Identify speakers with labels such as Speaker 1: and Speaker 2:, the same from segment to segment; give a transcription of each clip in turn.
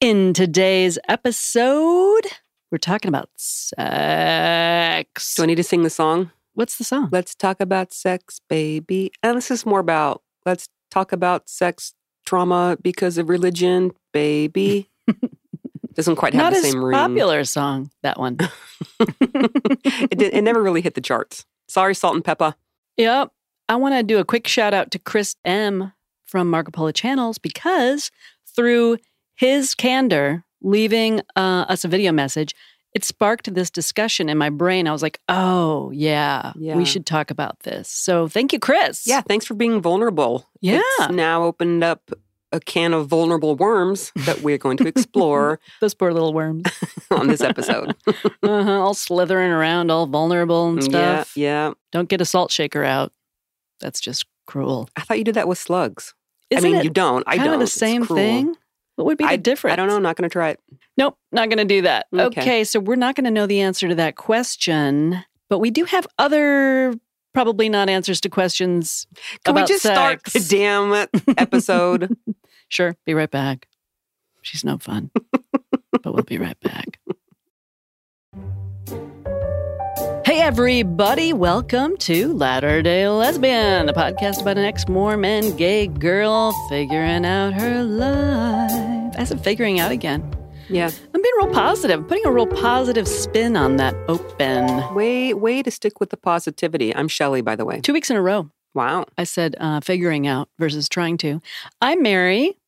Speaker 1: In today's episode, we're talking about sex.
Speaker 2: Do I need to sing the song?
Speaker 1: What's the song?
Speaker 2: Let's talk about sex, baby. And this is more about let's talk about sex trauma because of religion, baby. Doesn't quite have
Speaker 1: Not
Speaker 2: the
Speaker 1: as
Speaker 2: same ring.
Speaker 1: popular song, that one.
Speaker 2: it, did, it never really hit the charts. Sorry, Salt and Pepper.
Speaker 1: Yep. I want to do a quick shout out to Chris M from Marco Polo Channels because through his candor, leaving uh, us a video message, it sparked this discussion in my brain. I was like, oh, yeah,
Speaker 2: Yeah.
Speaker 1: we should talk about this. So thank you, Chris.
Speaker 2: Yeah, thanks for being vulnerable.
Speaker 1: Yeah.
Speaker 2: It's now opened up a can of vulnerable worms that we're going to explore
Speaker 1: Those poor little worms.
Speaker 2: on this episode.
Speaker 1: uh-huh, all slithering around, all vulnerable and stuff.
Speaker 2: Mm, Yeah, yeah.
Speaker 1: Don't get a salt shaker out. That's just cruel.
Speaker 2: I thought you did that with slugs.
Speaker 1: Isn't
Speaker 2: I mean,
Speaker 1: it
Speaker 2: you don't. I
Speaker 1: kind
Speaker 2: don't.
Speaker 1: of the
Speaker 2: It's
Speaker 1: same
Speaker 2: cruel.
Speaker 1: thing? What would be the difference?
Speaker 2: I don't know. I'm not going to try it.
Speaker 1: Nope, not going to do that.
Speaker 2: Okay.
Speaker 1: Okay. so we're not going to know the answer to that question, but we do have other probably not answers to questions.
Speaker 2: Can we
Speaker 1: about
Speaker 2: just start
Speaker 1: sex.
Speaker 2: the damn episode?
Speaker 1: Sure, be right back. She's no fun, but we'll be right back. Hey, everybody, welcome to Latter day Lesbian, the podcast about an ex Mormon gay girl figuring out her life. I said figuring out again.
Speaker 2: yeah.
Speaker 1: I'm being real positive, putting a real positive spin on that open.
Speaker 2: Way, way to stick with the positivity. I'm Shelley, by the way.
Speaker 1: Two weeks in a row,
Speaker 2: Wow.
Speaker 1: I said uh, figuring out versus trying to. I'm Mary.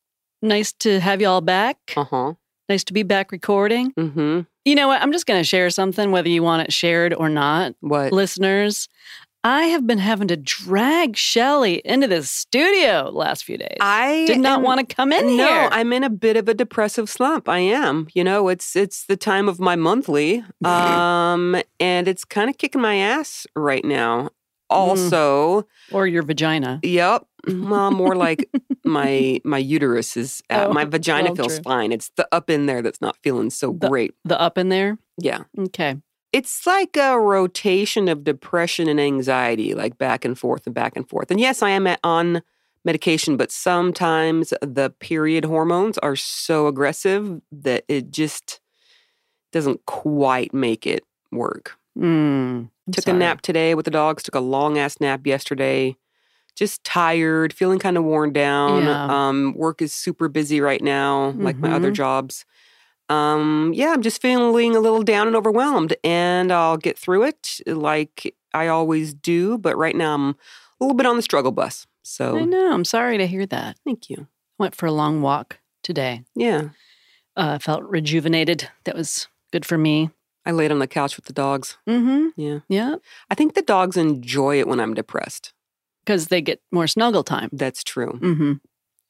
Speaker 1: Nice to have you all back.
Speaker 2: Uh huh.
Speaker 1: Nice to be back recording.
Speaker 2: Mm
Speaker 1: You know what? I'm just going to share something, whether you want it shared or not.
Speaker 2: hmm. What?
Speaker 1: Listeners, I have been having to drag Shelly into this studio last few days.
Speaker 2: I
Speaker 1: Did not
Speaker 2: am-
Speaker 1: want to come in
Speaker 2: no,
Speaker 1: here.
Speaker 2: I'm in a bit of a depressive slump. I am. You know, it's it's the time of my monthly, um, and it's kind of kicking my ass right now. Also,
Speaker 1: or your vagina.
Speaker 2: yep, well, more like my my uterus is uh,
Speaker 1: Oh,
Speaker 2: my vagina
Speaker 1: well,
Speaker 2: feels
Speaker 1: true.
Speaker 2: fine. It's the up in there that's not feeling so
Speaker 1: The-
Speaker 2: great.
Speaker 1: The up in there.
Speaker 2: Yeah,
Speaker 1: Okay.
Speaker 2: it's like a rotation of depression and anxiety, like back and forth and back and forth. And yes, I am at- on medication, but sometimes the period hormones are so aggressive that it just doesn't quite make it work.
Speaker 1: Mm, I'm
Speaker 2: took
Speaker 1: sorry.
Speaker 2: a nap today with the dogs, took a long ass nap yesterday. Just tired, feeling kind of worn down.
Speaker 1: Yeah.
Speaker 2: Um, work is super busy right now, like my other
Speaker 1: Mhm.
Speaker 2: jobs. Um, yeah, I'm just feeling a little down and overwhelmed, and I'll get through it like I always do. But right now, I'm a little bit on the struggle bus.
Speaker 1: I
Speaker 2: So
Speaker 1: know. I'm sorry to hear that.
Speaker 2: thank you.
Speaker 1: Went for a long walk today.
Speaker 2: Yeah,
Speaker 1: Uh, felt rejuvenated. That was good for me.
Speaker 2: I laid on the couch with the dogs.
Speaker 1: Mm-hmm.
Speaker 2: Yeah,
Speaker 1: Yeah,
Speaker 2: I think the dogs enjoy it when I'm depressed.
Speaker 1: because they get more snuggle time.
Speaker 2: That's true.
Speaker 1: Mm-hmm. I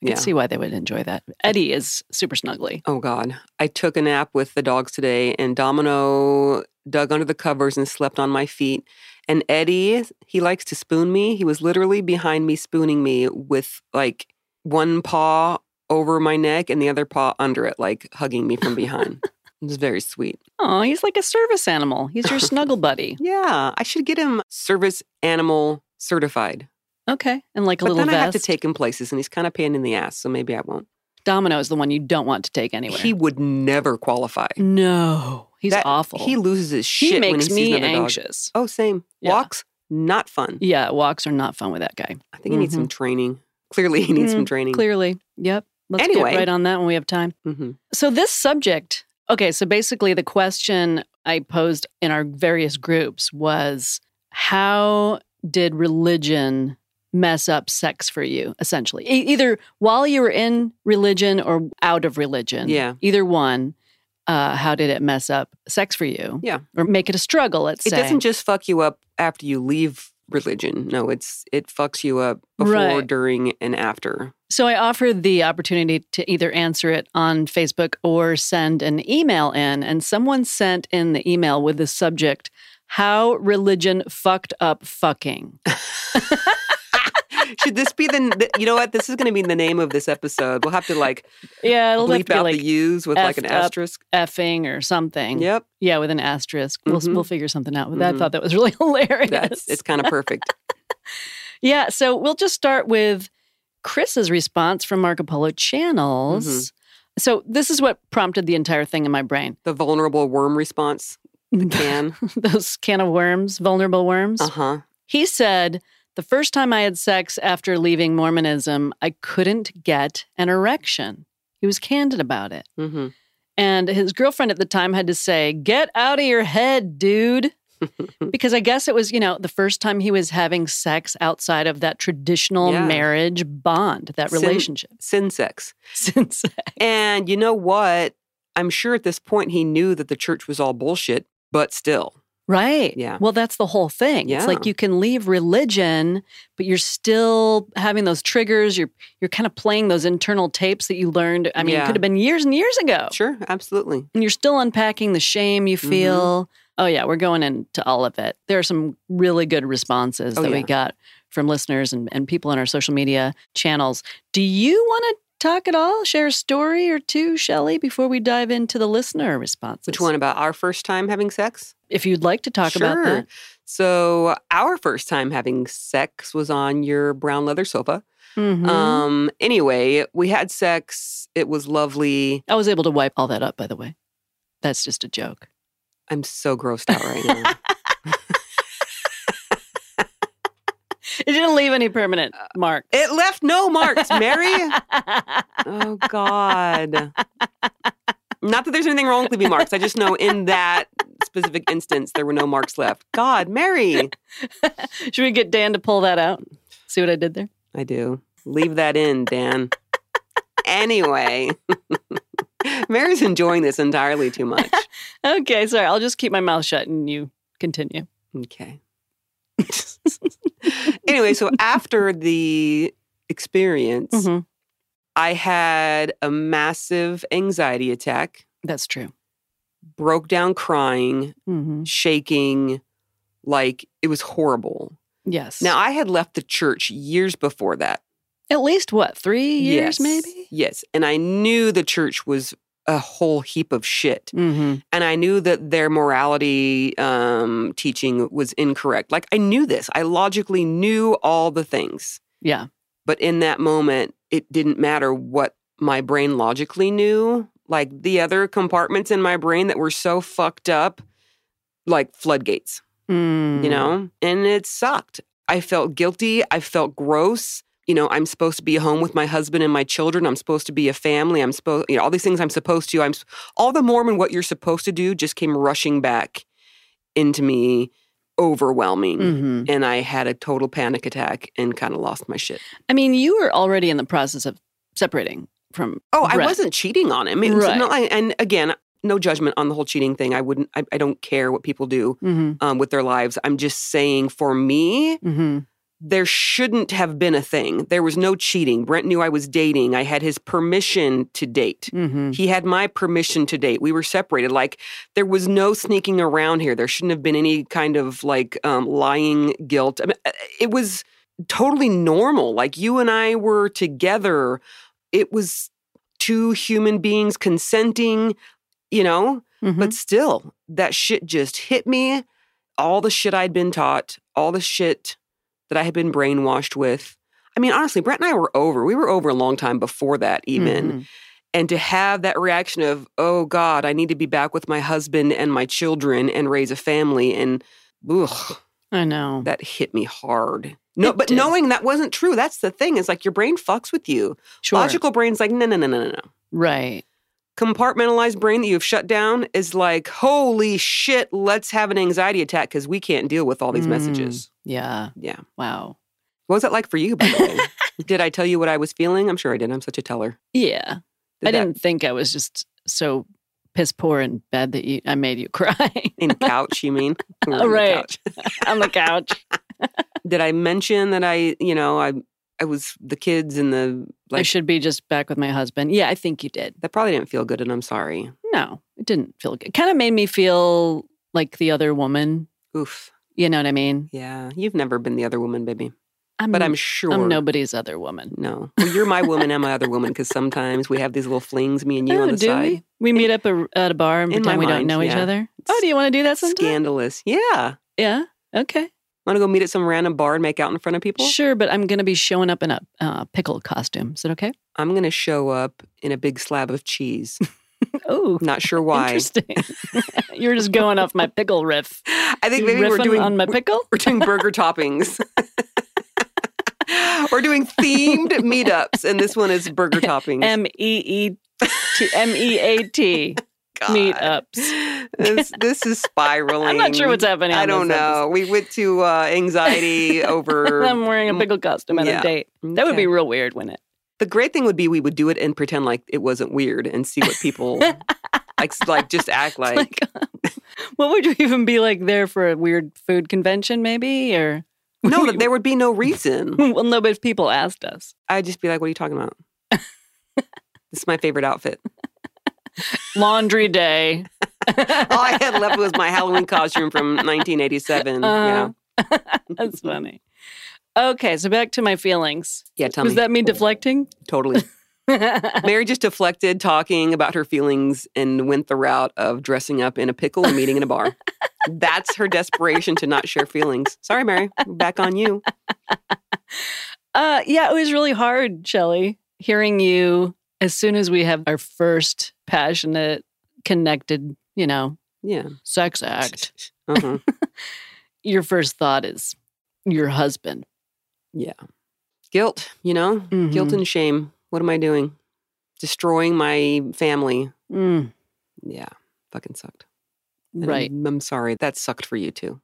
Speaker 2: Yeah.
Speaker 1: can see why they would enjoy that. Eddie is super snuggly.
Speaker 2: Oh God. I took a nap with the dogs today and Domino dug under the covers and slept on my feet. And Eddie, he likes to spoon me. He was literally behind me spooning me with like one paw over my neck and the other paw under it, like hugging me from behind. it was very sweet.
Speaker 1: Oh, he's like a service animal. He's your snuggle buddy.
Speaker 2: Yeah. I should get him service animal certified.
Speaker 1: Okay, and like a
Speaker 2: but
Speaker 1: little
Speaker 2: then
Speaker 1: vest.
Speaker 2: I have to take him places and he's kind of pain in the ass, so maybe I won't.
Speaker 1: Domino is the one you don't want to take anywhere.
Speaker 2: He would never qualify.
Speaker 1: no, he's
Speaker 2: That-
Speaker 1: awful.
Speaker 2: He loses his
Speaker 1: He
Speaker 2: shit when
Speaker 1: makes
Speaker 2: he sees
Speaker 1: me
Speaker 2: another dog.
Speaker 1: anxious.
Speaker 2: Oh, same.
Speaker 1: Yeah.
Speaker 2: Walks, not fun.
Speaker 1: Yeah, walks are not fun with that guy.
Speaker 2: I think he needs some training. Clearly, he needs some training.
Speaker 1: Clearly, yep. Let's
Speaker 2: Mm. Anyway.
Speaker 1: get right on that when we have time.
Speaker 2: hmm
Speaker 1: So, this subject, okay, so basically the question I posed in our various groups was how did religion mess up sex for you, essentially? E- either while you were in religion or out of religion.
Speaker 2: Yeah.
Speaker 1: Either one. Uh, how did it mess up sex for you?
Speaker 2: Yeah.
Speaker 1: Or make it a struggle, let's
Speaker 2: It
Speaker 1: say.
Speaker 2: doesn't just fuck you up after you leave religion. No, it's it fucks you up before,
Speaker 1: Right.
Speaker 2: during, and after.
Speaker 1: So I offered the opportunity to either answer it on Facebook or send an email in. And someone sent in the email with the subject, How Religion Fucked Up Fucking.
Speaker 2: Should this be the, the- you know what? This is going to be the name of this episode. We'll have to like
Speaker 1: Yeah, it'll have
Speaker 2: bleep
Speaker 1: to be
Speaker 2: out
Speaker 1: like
Speaker 2: the U's with like an
Speaker 1: effed up.
Speaker 2: asterisk.
Speaker 1: effing or something.
Speaker 2: Yep,
Speaker 1: Yeah, with an asterisk.
Speaker 2: Mhm.
Speaker 1: We'll, we'll figure something out with that.
Speaker 2: Mhm.
Speaker 1: I thought that was really hilarious.
Speaker 2: that's it's kind of perfect.
Speaker 1: Yeah, so we'll just start with Chris's response from Marco Polo Channels.
Speaker 2: Mm-hmm.
Speaker 1: So this is what prompted the entire thing in my brain.
Speaker 2: The vulnerable worm response, the can.
Speaker 1: Those can of worms, vulnerable worms.
Speaker 2: uh huh.
Speaker 1: He said, The first time I had sex after leaving Mormonism, I couldn't get an erection. He was candid about it.
Speaker 2: hmm
Speaker 1: And his girlfriend at the time had to say, Get out of your head, dude. because I guess it was, you know, the first time he was having sex outside of that traditional
Speaker 2: Yeah.
Speaker 1: marriage bond, that
Speaker 2: Sin-
Speaker 1: relationship.
Speaker 2: Sin sex.
Speaker 1: Since
Speaker 2: And you know what? I'm sure at this point he knew that the church was all bullshit, but still.
Speaker 1: Right.
Speaker 2: Yeah.
Speaker 1: Well, that's the whole thing. It's
Speaker 2: Yeah.
Speaker 1: like you can leave religion, but you're still having those triggers. You're you're kind of playing those internal tapes that you learned. I mean, it
Speaker 2: Yeah.
Speaker 1: could have been years and years ago.
Speaker 2: Sure, absolutely.
Speaker 1: And you're still unpacking the shame you
Speaker 2: Mm-hmm.
Speaker 1: feel. Oh yeah, we're going into all of it. There are some really good responses
Speaker 2: Oh,
Speaker 1: that we
Speaker 2: yeah.
Speaker 1: got from listeners and, and people on our social media channels. Do you want to talk at all? Share a story or two, Shelley, before we dive into the listener responses.
Speaker 2: Which one about our first time having sex?
Speaker 1: If you'd like to talk about
Speaker 2: Sure.
Speaker 1: that.
Speaker 2: So, our first time having sex was on your brown leather sofa.
Speaker 1: Mhm.
Speaker 2: Um, anyway, we had sex. It was lovely.
Speaker 1: I was able to wipe all that up, by the way. That's just a joke.
Speaker 2: I'm so grossed out right now.
Speaker 1: It didn't leave any permanent marks.
Speaker 2: it left no marks, Mary. Oh God. Not that there's anything wrong with leaving marks. I just know in that specific instance there were no marks left. God, Mary.
Speaker 1: Should we get Dan to pull that out? See what I did there?
Speaker 2: I do. Leave that in, Dan. Anyway. Mary's enjoying this entirely too much.
Speaker 1: Okay, sorry. I'll just keep my mouth shut and you continue.
Speaker 2: Okay. anyway, so after the experience,
Speaker 1: Mhm.
Speaker 2: I had a massive anxiety attack,
Speaker 1: That's true.
Speaker 2: broke down crying,
Speaker 1: hmm
Speaker 2: shaking, like it was horrible.
Speaker 1: Yes.
Speaker 2: Now, I had left the church years before that.
Speaker 1: at least what, three years
Speaker 2: Yes.
Speaker 1: maybe?
Speaker 2: Yes. And I knew the church was a whole heap of shit.
Speaker 1: Mm-hmm.
Speaker 2: And I knew that their morality um, teaching was incorrect. Like, I knew this. I logically knew all the things.
Speaker 1: Yeah.
Speaker 2: But in that moment, it didn't matter what my brain logically knew. Like, the other compartments in my brain that were so fucked up, like floodgates.
Speaker 1: Mm.
Speaker 2: you know? And it sucked. I felt guilty. I felt gross. You know, I'm supposed to be home with my husband and my children. I'm supposed to be a family. I'm supposed, you know, all these things I'm supposed to. I'm s- all the Mormon what you're supposed to do just came rushing back into me, overwhelming.
Speaker 1: hmm
Speaker 2: And I had a total panic attack and kind of lost my shit.
Speaker 1: I mean, you were already in the process of separating from.
Speaker 2: Oh, I
Speaker 1: Right.
Speaker 2: wasn't cheating on him. It was-
Speaker 1: Right.
Speaker 2: no, I- and again, no judgment on the whole cheating thing. I wouldn't. I, I don't care what people do
Speaker 1: hmm
Speaker 2: um, with their lives. I'm just saying, for me,
Speaker 1: hmm
Speaker 2: there shouldn't have been a thing. There was no cheating. Brent knew I was dating. I had his permission to date.
Speaker 1: hmm
Speaker 2: He had my permission to date. We were separated. Like there was no sneaking around here. There shouldn't have been any kind of like um, lying guilt. I mean, uh, it was totally normal. Like you and I were together. It was two human beings consenting. You know,
Speaker 1: Mm-hmm.
Speaker 2: but still, that shit just hit me. All the shit I'd been taught, all the shit that I had been brainwashed with. I mean, honestly, Brett and I were over. We were over a long time before that, even.
Speaker 1: Mm-hmm.
Speaker 2: And to have that reaction of, oh God, I need to be back with my husband and my children and raise a family. And ugh,
Speaker 1: I know.
Speaker 2: that hit me hard. No,
Speaker 1: Mm-hmm. It
Speaker 2: but
Speaker 1: did.
Speaker 2: knowing that wasn't true, that's the thing. It's like your brain fucks with you.
Speaker 1: Sure.
Speaker 2: Logical brain's like, no, no, no, no, no, no
Speaker 1: Right.
Speaker 2: compartmentalized brain that you've shut down is like, holy shit, let's have an anxiety attack because we can't deal with all these
Speaker 1: Mm.
Speaker 2: messages.
Speaker 1: Yeah.
Speaker 2: Yeah.
Speaker 1: Wow.
Speaker 2: What was that like for you, by the way? did I tell you what I was feeling? I'm sure I did. I'm such a teller.
Speaker 1: Yeah.
Speaker 2: Did
Speaker 1: I
Speaker 2: that
Speaker 1: didn't think I was just so piss poor and bad that you, I made you cry
Speaker 2: In couch, you mean? We were
Speaker 1: Oh,
Speaker 2: on the
Speaker 1: right.
Speaker 2: couch.
Speaker 1: on the couch.
Speaker 2: Did I mention that I, you know, I I was the kids and the
Speaker 1: I
Speaker 2: like
Speaker 1: should be just back with my husband. Yeah, I think you did.
Speaker 2: that probably didn't feel good and I'm sorry.
Speaker 1: No, it didn't feel good. Kind of made me feel like the other woman.
Speaker 2: Oof.
Speaker 1: You know what I mean?
Speaker 2: Yeah. You've never been the other woman, baby.
Speaker 1: I'm,
Speaker 2: But I'm sure
Speaker 1: Mm. I'm nobody's other woman.
Speaker 2: No. Well, you're my woman and my other woman because sometimes we have these little flings, me and you
Speaker 1: oh,
Speaker 2: on the
Speaker 1: do
Speaker 2: side.
Speaker 1: we? We meet up a, at a bar and
Speaker 2: In my
Speaker 1: pretend we don't
Speaker 2: mind,
Speaker 1: know each
Speaker 2: yeah.
Speaker 1: other. Oh, do you want to do that sometime?
Speaker 2: Scandalous. Yeah.
Speaker 1: Yeah. Okay.
Speaker 2: Want to go meet at some random bar and make out in front of people?
Speaker 1: Sure, but I'm going to be showing up in a uh, pickle costume. Is that okay?
Speaker 2: I'm going to show up in a big slab of cheese.
Speaker 1: Oh,
Speaker 2: Not sure why.
Speaker 1: interesting. You're just going off my pickle riff.
Speaker 2: I think
Speaker 1: You
Speaker 2: maybe we're
Speaker 1: riffing
Speaker 2: doing
Speaker 1: on my pickle.
Speaker 2: we're doing burger toppings. we're doing themed meetups, and this one is burger toppings.
Speaker 1: M E E T M E A T
Speaker 2: God.
Speaker 1: meetups.
Speaker 2: This, this is spiraling.
Speaker 1: I'm not sure what's happening. on
Speaker 2: I don't
Speaker 1: this episode.
Speaker 2: know. We went to uh, anxiety over.
Speaker 1: I'm wearing a pickle costume on
Speaker 2: Yeah.
Speaker 1: a date. That would
Speaker 2: Okay.
Speaker 1: be real weird, wouldn't it?
Speaker 2: The great thing would be we would do it and pretend like it wasn't weird and see what people like like just act like.
Speaker 1: Like, what would you even be like there for a weird food convention, maybe? Or
Speaker 2: no, that there would be no reason.
Speaker 1: well, no, but if people asked us.
Speaker 2: I'd just be like, "What are you talking about?" this is my favorite outfit.
Speaker 1: Laundry day.
Speaker 2: All I had left was my Halloween costume from 1987. Mm, yeah,
Speaker 1: Uh-huh. That's funny. Okay, so back to my feelings.
Speaker 2: yeah. Tell
Speaker 1: Was
Speaker 2: me,
Speaker 1: that me deflecting?
Speaker 2: totally. Mary just deflected talking about her feelings and went the route of dressing up in a pickle and meeting in a bar. That's her desperation to not share feelings. Sorry, Mary. Back on you.
Speaker 1: Uh, yeah, it was really hard, Shelley, hearing you as soon as we have our first passionate, connected, you know,
Speaker 2: Yeah.
Speaker 1: sex act.
Speaker 2: Uh-huh.
Speaker 1: Your first thought is your husband.
Speaker 2: Guilt, you know, guilt
Speaker 1: Mhm.
Speaker 2: and shame. What am I doing? Destroying my family.
Speaker 1: Mm,
Speaker 2: Yeah. Fucking sucked. And
Speaker 1: right.
Speaker 2: I'm, I'm sorry. That sucked for you too.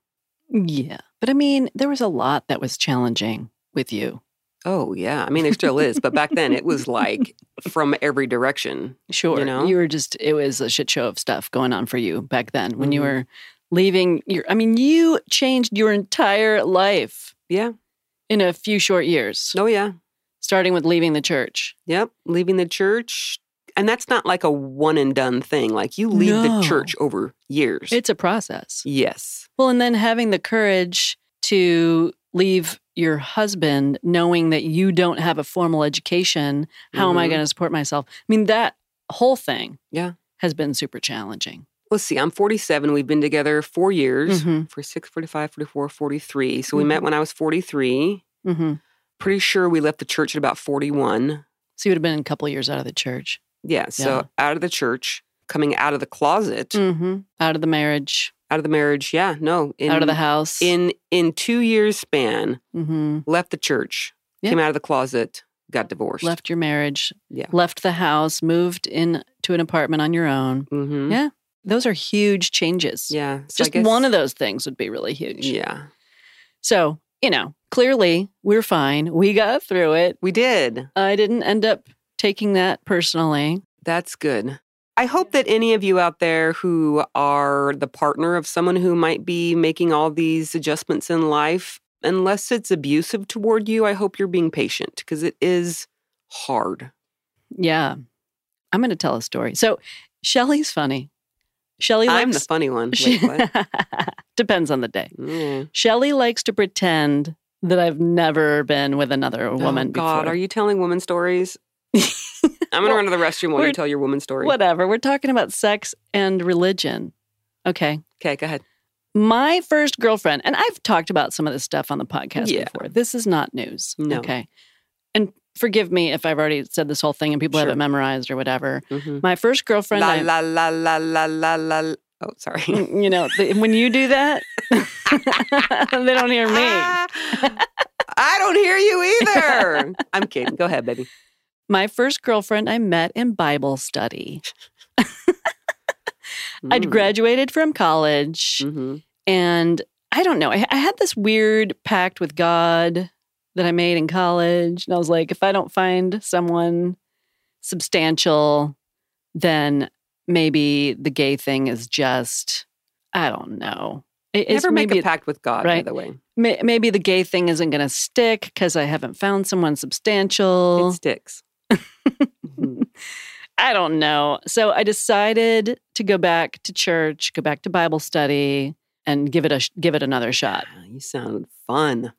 Speaker 1: Yeah. But I mean, there was a lot that was challenging with you.
Speaker 2: Oh, yeah. I mean, there still is, but back then it was like from every direction.
Speaker 1: Sure.
Speaker 2: know?
Speaker 1: You were just, it was a shit show of stuff going on for you back then when you
Speaker 2: Mhm.
Speaker 1: were leaving your, I mean, you changed your entire life
Speaker 2: Yeah.
Speaker 1: in a few short years,
Speaker 2: Oh, yeah.
Speaker 1: starting with leaving the church.
Speaker 2: Yep, leaving the church. And that's not like a one and done thing. Like you leave
Speaker 1: No.
Speaker 2: the church over years.
Speaker 1: It's a process.
Speaker 2: yes.
Speaker 1: Well, and then having the courage to leave your husband knowing that you don't have a formal education, how am I
Speaker 2: Mhm.
Speaker 1: going to support myself? I mean, that whole thing
Speaker 2: Yeah.
Speaker 1: has been super challenging.
Speaker 2: Let's see, I'm 47. We've been together four years
Speaker 1: Mhm.
Speaker 2: for 6, 45, 44, 43. So we
Speaker 1: Mm-hmm.
Speaker 2: met when I was 43.
Speaker 1: hmm
Speaker 2: Pretty sure we left the church at about 41.
Speaker 1: So you would have been a couple years out of the church,
Speaker 2: Yeah. So
Speaker 1: Yeah.
Speaker 2: out of the church, coming out of the closet,
Speaker 1: mm-hmm. out of the marriage,
Speaker 2: out of the marriage. Yeah. No. In,
Speaker 1: out of the house.
Speaker 2: In, in two years span,
Speaker 1: hmm
Speaker 2: left the church,
Speaker 1: Yeah.
Speaker 2: came out of the closet, got divorced.
Speaker 1: Left your marriage,
Speaker 2: Yeah.
Speaker 1: left the house, moved in to an apartment on your own.
Speaker 2: hmm
Speaker 1: Yeah. Those are huge changes.
Speaker 2: Yeah. So I
Speaker 1: Just
Speaker 2: guess-
Speaker 1: one of those things would be really huge.
Speaker 2: Yeah.
Speaker 1: So, you know, clearly we're fine. We got through it.
Speaker 2: We did.
Speaker 1: I didn't end up taking that personally.
Speaker 2: That's good. I hope that any of you out there who are the partner of someone who might be making all these adjustments in life, unless it's abusive toward you, I hope you're being patient because it is hard.
Speaker 1: Yeah. I'm going to tell a story. So, Shelly's funny. Shelly
Speaker 2: I'm the
Speaker 1: likes
Speaker 2: funny one.
Speaker 1: she-
Speaker 2: Wait, what? Mm.
Speaker 1: Depends on the day.
Speaker 2: Yeah.
Speaker 1: Shelly likes to pretend that I've never been with another woman
Speaker 2: oh, God,
Speaker 1: before.
Speaker 2: are you telling woman stories? I'm gonna
Speaker 1: Well,
Speaker 2: run to the restroom while
Speaker 1: we're-
Speaker 2: you tell your woman story.
Speaker 1: Whatever. We're talking about sex and religion. Okay.
Speaker 2: Okay, go ahead.
Speaker 1: My first girlfriend, and I've talked about some of this stuff on the podcast
Speaker 2: Yeah.
Speaker 1: before. This is not news.
Speaker 2: No.
Speaker 1: Okay. And forgive me if I've already said this whole thing and people
Speaker 2: Sure.
Speaker 1: have it memorized or whatever.
Speaker 2: Mhm.
Speaker 1: My first girlfriend,
Speaker 2: La,
Speaker 1: I- Mm,
Speaker 2: la la la la la la. la- Oh, sorry.
Speaker 1: you know, the, when you do that, they don't hear me.
Speaker 2: Ah, I don't hear you either. I'm kidding. Go ahead, baby.
Speaker 1: My first girlfriend I met in Bible study.
Speaker 2: Mm.
Speaker 1: I'd graduated from college
Speaker 2: Mm-hmm.
Speaker 1: and I don't know. I, I had this weird pact with God that I made in college. And I was like, if I don't find someone substantial, then maybe the gay thing is just, I don't know. It- it's
Speaker 2: Never make
Speaker 1: maybe
Speaker 2: a pact with God,
Speaker 1: right.
Speaker 2: by the way.
Speaker 1: May- maybe the gay thing isn't going to stick because I haven't found someone substantial.
Speaker 2: It sticks. Mhm.
Speaker 1: I don't know. So I decided to go back to church, go back to Bible study, and give it a sh- give it another shot.
Speaker 2: Ah, you sound fun.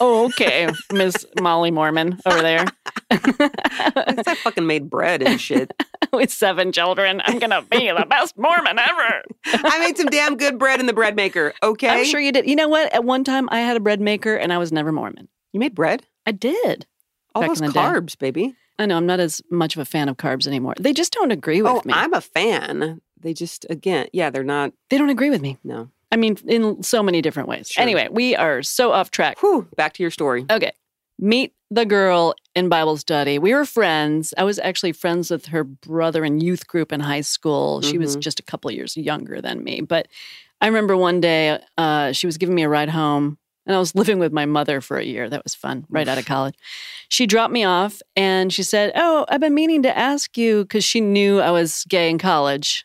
Speaker 1: oh, okay, Miss Molly Mormon over there
Speaker 2: Since I fucking made bread and shit.
Speaker 1: with seven children. I'm gonna be the best Mormon ever.
Speaker 2: I made some damn good bread in the bread maker. Okay.
Speaker 1: I'm sure you did. You know what? At one time, I had a bread maker, and I was never Mormon.
Speaker 2: You made bread?
Speaker 1: I did.
Speaker 2: All
Speaker 1: Back
Speaker 2: those
Speaker 1: in the day.
Speaker 2: carbs, baby.
Speaker 1: I know I'm not as much of a fan of carbs anymore. They just don't agree with
Speaker 2: oh,
Speaker 1: me.
Speaker 2: I'm a fan. They just, again, yeah, they're not,
Speaker 1: they don't agree with me.
Speaker 2: no.
Speaker 1: I mean, in so many different ways.
Speaker 2: Sure.
Speaker 1: Anyway, we are so off track.
Speaker 2: Whew, back to your story.
Speaker 1: Okay. Meet the girl in Bible study. We were friends. I was actually friends with her brother in youth group in high school. She was
Speaker 2: Mhm.
Speaker 1: just a couple of years younger than me. But I remember one day uh, she was giving me a ride home, and I was living with my mother for a year. That was fun, right out of college. She dropped me off and she said, Oh, I've been meaning to ask you because she knew I was gay in college.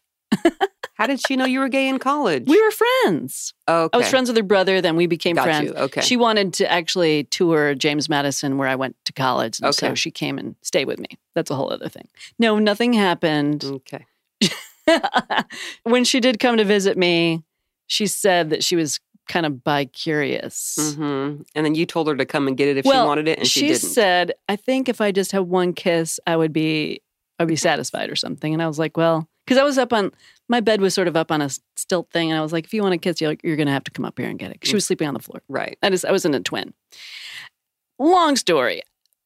Speaker 2: How did she know you were gay in college?
Speaker 1: We were friends.
Speaker 2: okay.
Speaker 1: I was friends with her brother, then we became
Speaker 2: Got
Speaker 1: friends.
Speaker 2: you. Okay.
Speaker 1: She wanted to actually tour James Madison where I went to college. And So
Speaker 2: Okay.
Speaker 1: she came and stayed with me. That's a whole other thing. No, nothing happened.
Speaker 2: okay.
Speaker 1: when she did come to visit me, she said that she was kind of bi curious.
Speaker 2: hmm And then you told her to come and get it if
Speaker 1: Well,
Speaker 2: she wanted it, and she,
Speaker 1: she
Speaker 2: didn't.
Speaker 1: said, I think if I just had one kiss, I would be I'd be satisfied or something. And I was like, well, because I was up on my bed was sort of up on a s- stilt thing, and I was like, if you want to kiss, you're, you're going to have to come up here and get it. 'Cause She
Speaker 2: Mm.
Speaker 1: was sleeping on the floor.
Speaker 2: right.
Speaker 1: I just I wasn't a twin. Long story.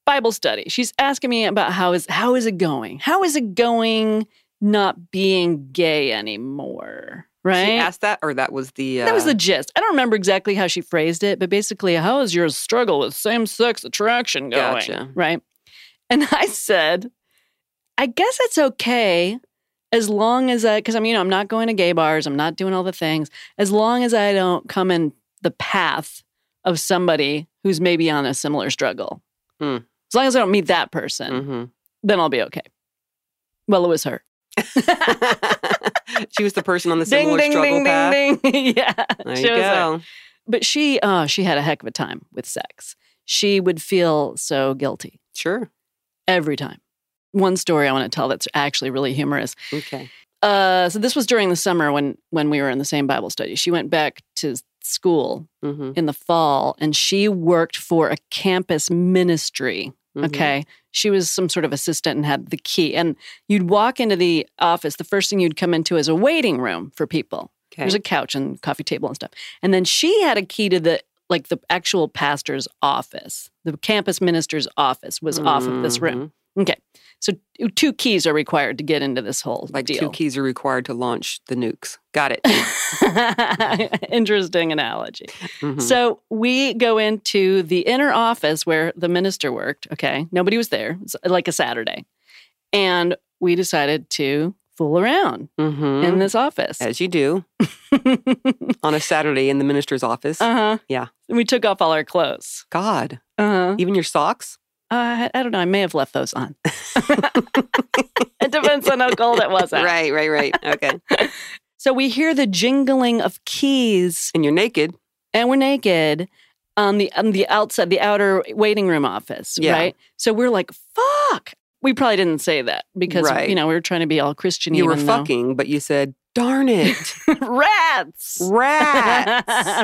Speaker 1: Bible study. She's asking me about how is how is it going? How is it going not being gay anymore? Right?
Speaker 2: She asked that, or that was the. Uh,
Speaker 1: That was the gist. I don't remember exactly how she phrased it, but basically, how is your struggle with same sex attraction going?
Speaker 2: Gotcha.
Speaker 1: Right. And I said, I guess it's okay as long as I, because I'm, you know, I'm not going to gay bars, I'm not doing all the things, as long as I don't come in the path of somebody who's maybe on a similar struggle.
Speaker 2: Hmm.
Speaker 1: As long as I don't meet that person,
Speaker 2: Mhm.
Speaker 1: then I'll be okay. Well, it was her.
Speaker 2: she was the person on the similar
Speaker 1: ding,
Speaker 2: struggle
Speaker 1: ding,
Speaker 2: path.
Speaker 1: ding, ding, Yeah.
Speaker 2: There
Speaker 1: she
Speaker 2: you
Speaker 1: was her.
Speaker 2: go.
Speaker 1: But she, oh, she had a heck of a time with sex. She would feel so guilty
Speaker 2: Sure.
Speaker 1: every time. One story I want to tell that's actually really humorous.
Speaker 2: Okay.
Speaker 1: Uh, so this was during the summer when when we were in the same Bible study. She went back to school
Speaker 2: Mm-hmm.
Speaker 1: in the fall, and she worked for a campus ministry.
Speaker 2: Mm-hmm.
Speaker 1: Okay. She was some sort of assistant and had the key. And you'd walk into the office. The first thing you'd come into is a waiting room for people.
Speaker 2: Okay.
Speaker 1: There's a couch and coffee table and stuff. And then she had a key to the like the actual pastor's office. The campus minister's office was off of this room.
Speaker 2: Mhm.
Speaker 1: So two keys are required to get into this whole
Speaker 2: Mm-hmm. Like two
Speaker 1: deal.
Speaker 2: keys are required to launch the nukes. Got it.
Speaker 1: Interesting analogy.
Speaker 2: Mhm.
Speaker 1: So we go into the inner office where the minister worked. Okay. Nobody was there. It's like a Saturday. And we decided to fool around
Speaker 2: Mhm.
Speaker 1: in this office.
Speaker 2: as you do on a Saturday in the minister's office.
Speaker 1: Uh-huh.
Speaker 2: Yeah.
Speaker 1: We took off all our clothes.
Speaker 2: God,
Speaker 1: Uh-huh.
Speaker 2: even your socks.
Speaker 1: Uh, I don't know. I may have left those on. it depends on how cold it was. out.
Speaker 2: Right, right, right. Okay.
Speaker 1: So we hear the jingling of keys,
Speaker 2: and you're naked.
Speaker 1: and we're naked on the on the outside, the outer waiting room office.
Speaker 2: Yeah.
Speaker 1: Right. So we're like, "Fuck." We probably didn't say that because
Speaker 2: Right.
Speaker 1: you know we were trying to be all Christian.
Speaker 2: You were
Speaker 1: even though-
Speaker 2: fucking, but you said, darn it,
Speaker 1: rats.
Speaker 2: rats.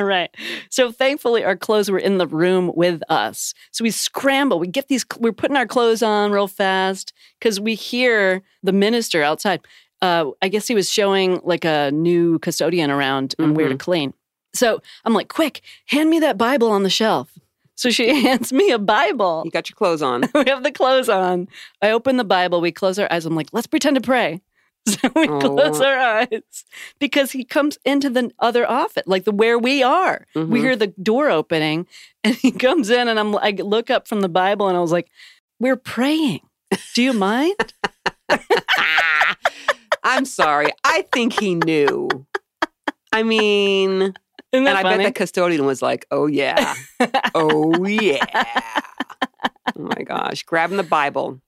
Speaker 1: right. So thankfully, our clothes were in the room with us. So we scramble. We get these. We're putting our clothes on real fast because we hear the minister outside. Uh, I guess he was showing like a new custodian around and where to clean. So I'm like, quick, hand me that Bible on the shelf. So she hands me a Bible.
Speaker 2: you got your clothes on.
Speaker 1: We have the clothes on. I open the Bible. We close our eyes. I'm like, let's pretend to pray. So we
Speaker 2: Oh,
Speaker 1: close
Speaker 2: wow.
Speaker 1: our eyes because he comes into the other office, like the where we are. We
Speaker 2: Mhm.
Speaker 1: hear the door opening, and he comes in, and I'm I look up from the Bible, and I was like, we're praying. Do you mind?
Speaker 2: I'm sorry. I think he knew. I mean, and
Speaker 1: Isn't that
Speaker 2: I bet
Speaker 1: funny?
Speaker 2: that custodian was like, oh, yeah. Oh, yeah. Oh, my gosh. Grabbing the Bible.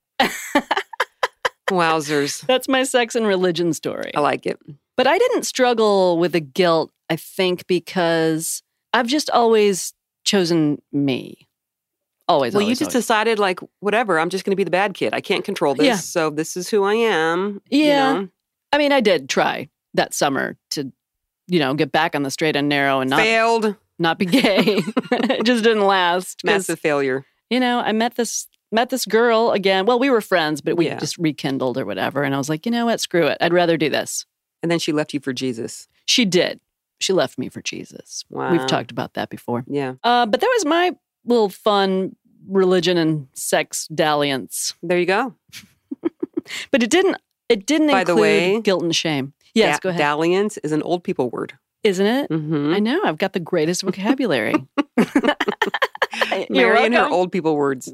Speaker 2: Wowzers.
Speaker 1: That's my sex and religion story.
Speaker 2: I like it.
Speaker 1: But I didn't struggle with the guilt, I think, because I've just always chosen me. Always.
Speaker 2: Well, you
Speaker 1: always,
Speaker 2: just
Speaker 1: always.
Speaker 2: decided, like, whatever, I'm just going to be the bad kid. I can't control this.
Speaker 1: Yeah.
Speaker 2: So this is who I am. you
Speaker 1: Yeah.
Speaker 2: know?
Speaker 1: I mean, I did try that summer to, you know, get back on the straight and narrow and not
Speaker 2: Failed.
Speaker 1: not be gay. it just didn't last. 'cause,
Speaker 2: Massive failure.
Speaker 1: You know, I met this met this girl again. Well, we were friends, but we
Speaker 2: Yeah.
Speaker 1: just rekindled or whatever. And I was like, you know what? Screw it. I'd rather do this.
Speaker 2: And then she left you for Jesus.
Speaker 1: She did. She left me for Jesus.
Speaker 2: Wow.
Speaker 1: We've talked about that before.
Speaker 2: Yeah.
Speaker 1: Uh, but that was my little fun religion and sex dalliance.
Speaker 2: There you go.
Speaker 1: But it didn't. It didn't
Speaker 2: By the
Speaker 1: include
Speaker 2: way,
Speaker 1: guilt and shame. Yes,
Speaker 2: Da-
Speaker 1: go ahead.
Speaker 2: Dalliance is an old people word.
Speaker 1: Isn't it?
Speaker 2: Mm-hmm.
Speaker 1: I know. I've got the greatest vocabulary. You're
Speaker 2: Mary and her
Speaker 1: welcome.
Speaker 2: old people words.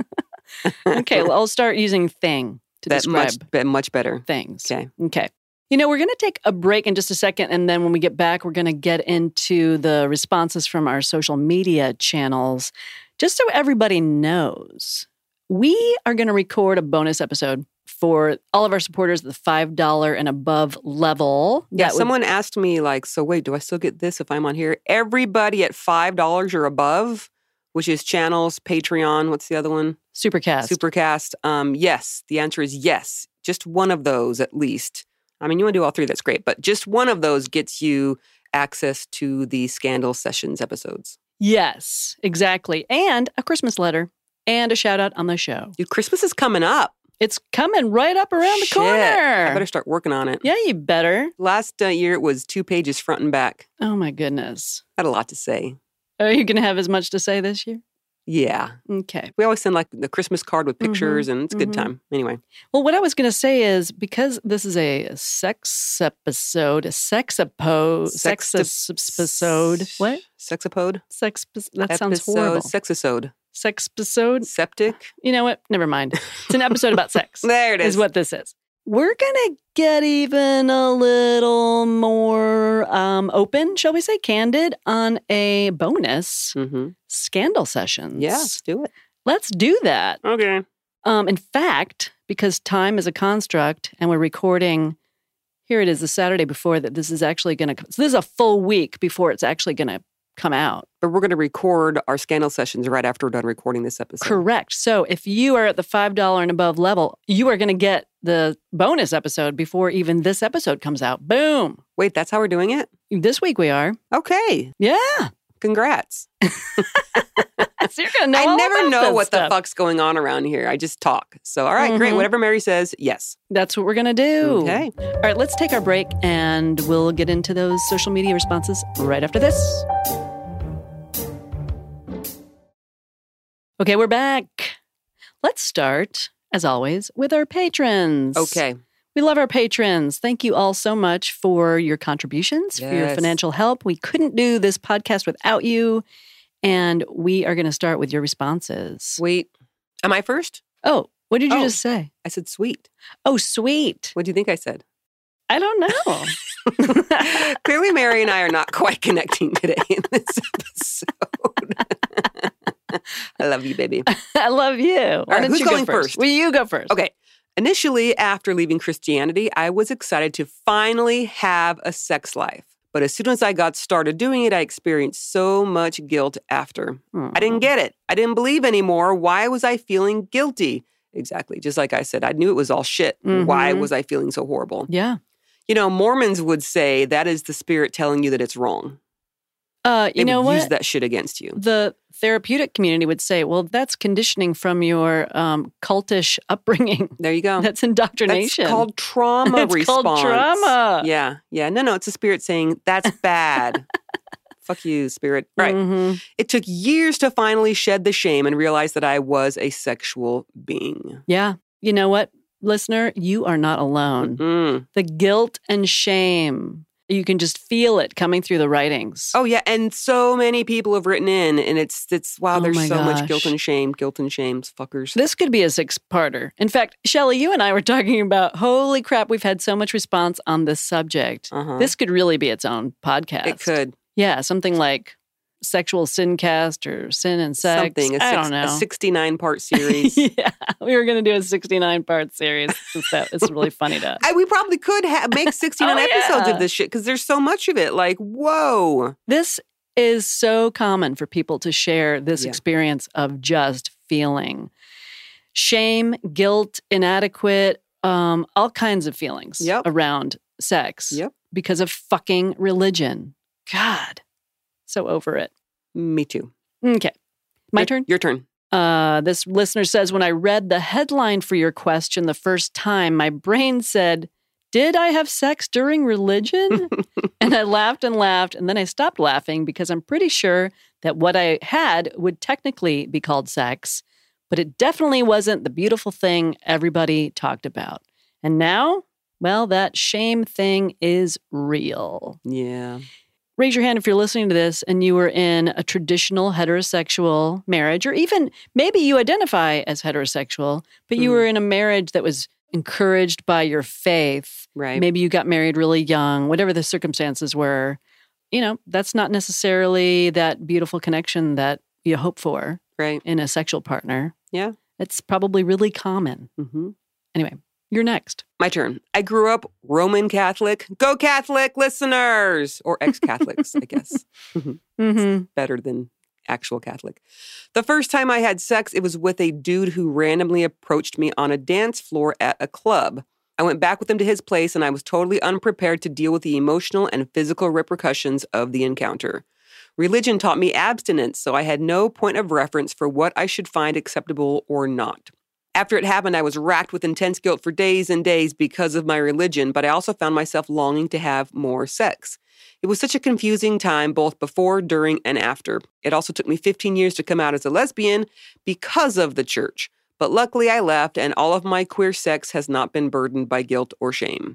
Speaker 1: okay, well, I'll start using thing to
Speaker 2: that
Speaker 1: describe
Speaker 2: much, be- much better.
Speaker 1: things.
Speaker 2: Okay.
Speaker 1: Okay. You know, we're going to take a break in just a second. And then when we get back, we're going to get into the responses from our social media channels. Just so everybody knows, we are going to record a bonus episode for all of our supporters at the $5 and above level.
Speaker 2: Yeah,
Speaker 1: That would-
Speaker 2: someone asked me like, so wait, do I still get this if I'm on here? Everybody at five dollars or above, which is channels, Patreon, what's the other one?
Speaker 1: Supercast.
Speaker 2: Supercast. Um, yes, the answer is yes. Just one of those at least. I mean, you want to do all three, that's great, but just one of those gets you access to the Scandal Sessions episodes.
Speaker 1: yes, exactly. And a Christmas letter and a shout out on the show.
Speaker 2: Dude, Christmas is coming up.
Speaker 1: It's coming right up around the
Speaker 2: Shit.
Speaker 1: corner.
Speaker 2: I better start working on it.
Speaker 1: yeah, you better.
Speaker 2: Last uh, year it was two pages front and back.
Speaker 1: Oh my goodness.
Speaker 2: Had a lot to say.
Speaker 1: Are you going to have as much to say this year?
Speaker 2: Yeah.
Speaker 1: Okay.
Speaker 2: We always send like the Christmas card with
Speaker 1: Mhm,
Speaker 2: pictures and it's a good
Speaker 1: mhm.
Speaker 2: time. Anyway.
Speaker 1: Well, what I was going to say is because this is a sex episode, a sex episode, sex
Speaker 2: Sexta-
Speaker 1: episode. What?
Speaker 2: Sexapode?
Speaker 1: Sex? That
Speaker 2: episode,
Speaker 1: sounds horrible.
Speaker 2: Sexisode.
Speaker 1: Sex episode.
Speaker 2: Septic.
Speaker 1: You know what? Never mind. It's an episode about sex.
Speaker 2: There it is.
Speaker 1: Is what this is. We're gonna get even a little more um, open, shall we say, candid on a bonus
Speaker 2: hmm
Speaker 1: scandal sessions.
Speaker 2: Yeah, do it.
Speaker 1: let's do that.
Speaker 2: Okay.
Speaker 1: Um, in fact, because time is a construct and we're recording, here it is the Saturday before that this is actually going to, so this is a full week before it's actually going to come out.
Speaker 2: But we're going to record our scandal sessions right after we're done recording this episode.
Speaker 1: Correct. So if you are at the $5 and above level, you are going to get the bonus episode before even this episode comes out. Boom.
Speaker 2: Wait, that's how we're doing it?
Speaker 1: This week we are.
Speaker 2: Okay.
Speaker 1: Yeah.
Speaker 2: Congrats.
Speaker 1: So you're going to know.
Speaker 2: I
Speaker 1: all
Speaker 2: never
Speaker 1: about
Speaker 2: know
Speaker 1: this
Speaker 2: what the
Speaker 1: stuff.
Speaker 2: fuck's going on around here. I just talk. So, all right, great.
Speaker 1: Mhm.
Speaker 2: Whatever Mary says, yes.
Speaker 1: That's what we're going to do.
Speaker 2: Okay.
Speaker 1: All right, let's take our break and we'll get into those social media responses right after this. Okay, we're back. Let's start, as always, with our patrons.
Speaker 2: Okay.
Speaker 1: We love our patrons. Thank you all so much for your contributions, for your
Speaker 2: Yes.
Speaker 1: financial help. We couldn't do this podcast without you. And we are going to start with your responses.
Speaker 2: Sweet. Am I first?
Speaker 1: Oh, what did you
Speaker 2: Oh.
Speaker 1: just say?
Speaker 2: I said sweet.
Speaker 1: Oh, sweet.
Speaker 2: What do you think I said?
Speaker 1: I don't know.
Speaker 2: Clearly, Mary and I are not quite connecting today in this episode. I love you, baby.
Speaker 1: I love you. Why
Speaker 2: right,
Speaker 1: don't
Speaker 2: who's
Speaker 1: you go
Speaker 2: going first?
Speaker 1: Well, you go first.
Speaker 2: Okay. Initially, after leaving Christianity, I was excited to finally have a sex life. But as soon as I got started doing it, I experienced so much guilt after.
Speaker 1: Hmm.
Speaker 2: I didn't get it. I didn't believe anymore. Why was I feeling guilty? Exactly. Just like I said, I knew it was all shit. Why
Speaker 1: Mhm.
Speaker 2: was I feeling so horrible?
Speaker 1: Yeah.
Speaker 2: You know, Mormons would say that is the spirit telling you that it's wrong.
Speaker 1: Uh,
Speaker 2: They
Speaker 1: you know
Speaker 2: would use
Speaker 1: what?
Speaker 2: that shit against you.
Speaker 1: The therapeutic community would say, well, that's conditioning from your um, cultish upbringing.
Speaker 2: There you go.
Speaker 1: Oh, That's indoctrination.
Speaker 2: That's called trauma
Speaker 1: It's
Speaker 2: response.
Speaker 1: called trauma.
Speaker 2: Yeah, yeah. No, no, it's a spirit saying that's bad. Fuck you, spirit. All Right.
Speaker 1: Mhm.
Speaker 2: It took years to finally shed the shame and realize that I was a sexual being.
Speaker 1: Yeah. You know what, listener? You are not alone.
Speaker 2: Mm.
Speaker 1: The guilt and shame, you can just feel it coming through the writings.
Speaker 2: Oh yeah, and so many people have written in, and it's it's wow.
Speaker 1: Oh,
Speaker 2: there's
Speaker 1: my
Speaker 2: so much guilt
Speaker 1: gosh.
Speaker 2: and shame, guilt and shames, fuckers.
Speaker 1: This could be a six parter. In fact, Shelly, you and I were talking about holy crap, we've had so much response on this subject.
Speaker 2: Uh-huh.
Speaker 1: This could really be its own podcast.
Speaker 2: it could
Speaker 1: Yeah, something like sexual sin cast or sin and sex.
Speaker 2: something a,
Speaker 1: I
Speaker 2: six-
Speaker 1: don't know.
Speaker 2: a sixty-nine part series.
Speaker 1: yeah, we were going to do a 69 part series. It's that- it's really funny to.
Speaker 2: I, we probably could ha- make 69
Speaker 1: Oh,
Speaker 2: episodes
Speaker 1: yeah.
Speaker 2: of this shit because there's so much of it. Like, whoa.
Speaker 1: This is so common for people to share this
Speaker 2: Yeah.
Speaker 1: experience of just feeling shame, guilt, inadequate, um, all kinds of feelings
Speaker 2: Yep.
Speaker 1: around sex
Speaker 2: Yep.
Speaker 1: because of fucking religion. God, so over it.
Speaker 2: Me too.
Speaker 1: Okay. My
Speaker 2: Your-
Speaker 1: turn.
Speaker 2: Your turn.
Speaker 1: Uh, this listener says When I read the headline for your question the first time, my brain said, Did I have sex during religion? and I laughed and laughed. And then I stopped laughing because I'm pretty sure that what I had would technically be called sex, but it definitely wasn't the beautiful thing everybody talked about. And now, well, that shame thing is real.
Speaker 2: Yeah.
Speaker 1: Raise your hand if you're listening to this and you were in a traditional heterosexual marriage, or even maybe you identify as heterosexual, but you
Speaker 2: Mhm.
Speaker 1: were in a marriage that was encouraged by your faith.
Speaker 2: Right.
Speaker 1: Maybe you got married really young, whatever the circumstances were. You know, that's not necessarily that beautiful connection that you hope for
Speaker 2: Right.
Speaker 1: in a sexual partner.
Speaker 2: Yeah.
Speaker 1: It's probably really common.
Speaker 2: hmm
Speaker 1: You're next.
Speaker 2: My turn. I grew up Roman Catholic. Go Catholic listeners or ex Catholics, I guess.
Speaker 1: Mm-hmm.
Speaker 2: Better than actual Catholic. The first time I had sex, it was with a dude who randomly approached me on a dance floor at a club. I went back with him to his place and I was totally unprepared to deal with the emotional and physical repercussions of the encounter. Religion taught me abstinence, so I had no point of reference for what I should find acceptable or not. After it happened, I was racked with intense guilt for days and days because of my religion, but I also found myself longing to have more sex. It was such a confusing time, both before, during, and after. It also took me 15 years to come out as a lesbian because of the church. But luckily, I left, and all of my queer sex has not been burdened by guilt or shame.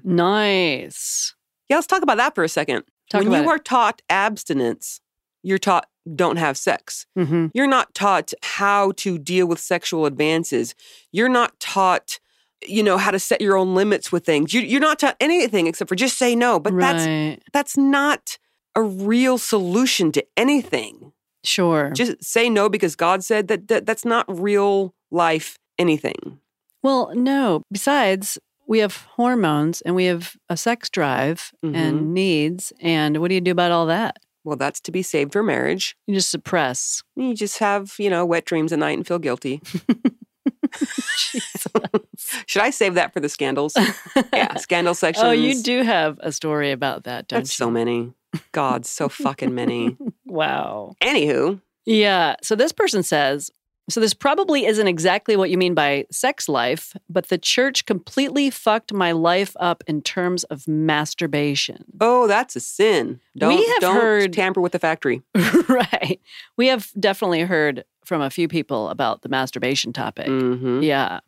Speaker 1: Nice.
Speaker 2: Yeah, let's talk about that for a second.
Speaker 1: Talk
Speaker 2: when
Speaker 1: about
Speaker 2: you are taught abstinence, you're taught don't have sex.
Speaker 1: it. hmm
Speaker 2: You're not taught how to deal with sexual advances. You're not taught, you know, how to set your own limits with things. You, you're not taught anything except for just say no. But that's
Speaker 1: right.
Speaker 2: that's not a real solution to anything.
Speaker 1: sure.
Speaker 2: Just say no because God said that, that that's not real life anything.
Speaker 1: Well, no. Besides, we have hormones and we have a sex drive
Speaker 2: Mhm.
Speaker 1: and needs. And what do you do about all that?
Speaker 2: Well, that's to be saved for marriage.
Speaker 1: You just suppress.
Speaker 2: You just have, you know, wet dreams at night and feel guilty. Should I save that for the scandals? yeah, scandal sections.
Speaker 1: oh, you do have a story about that, don't
Speaker 2: That's
Speaker 1: you?
Speaker 2: so many. God, so fucking many.
Speaker 1: wow.
Speaker 2: Anywho,
Speaker 1: Yeah. So this person says, so this probably isn't exactly what you mean by sex life, but the church completely fucked my life up in terms of masturbation.
Speaker 2: oh, that's a sin. Don't,
Speaker 1: We have
Speaker 2: don't
Speaker 1: heard-
Speaker 2: tamper with the factory.
Speaker 1: right. We have definitely heard from a few people about the masturbation topic.
Speaker 2: hmm
Speaker 1: Yeah.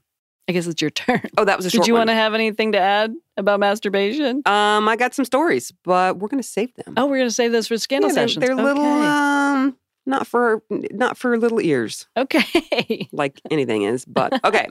Speaker 1: I guess it's your turn.
Speaker 2: Oh, that was a short
Speaker 1: Did you
Speaker 2: one.
Speaker 1: want to have anything to add about masturbation?
Speaker 2: Um, I got some stories, but we're gonna save them.
Speaker 1: Oh, we're going to save those for scandal
Speaker 2: Yeah, they're,
Speaker 1: sessions.
Speaker 2: they're little, uh,
Speaker 1: okay.
Speaker 2: um, not for not for little ears,
Speaker 1: okay.
Speaker 2: like anything is. But okay.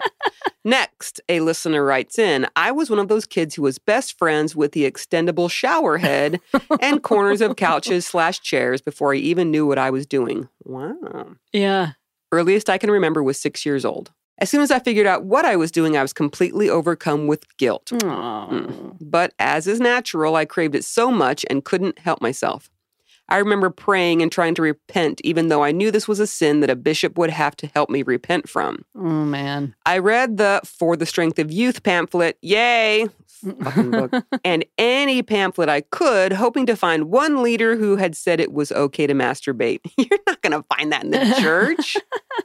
Speaker 2: Next, a listener writes in: I was one of those kids who was best friends with the extendable shower head and corners of couches slash chairs before I even knew what I was doing. Wow.
Speaker 1: Yeah.
Speaker 2: Earliest I can remember was six years old. As soon as I figured out what I was doing, I was completely overcome with guilt.
Speaker 1: Aw.
Speaker 2: But as is natural, I craved it so much and couldn't help myself. I remember praying and trying to repent, even though I knew this was a sin that a bishop would have to help me repent from.
Speaker 1: Oh, man.
Speaker 2: I read the For the Strength of Youth pamphlet, yay, fucking book, and any pamphlet I could, hoping to find one leader who had said it was okay to masturbate. You're not going to find that in the church.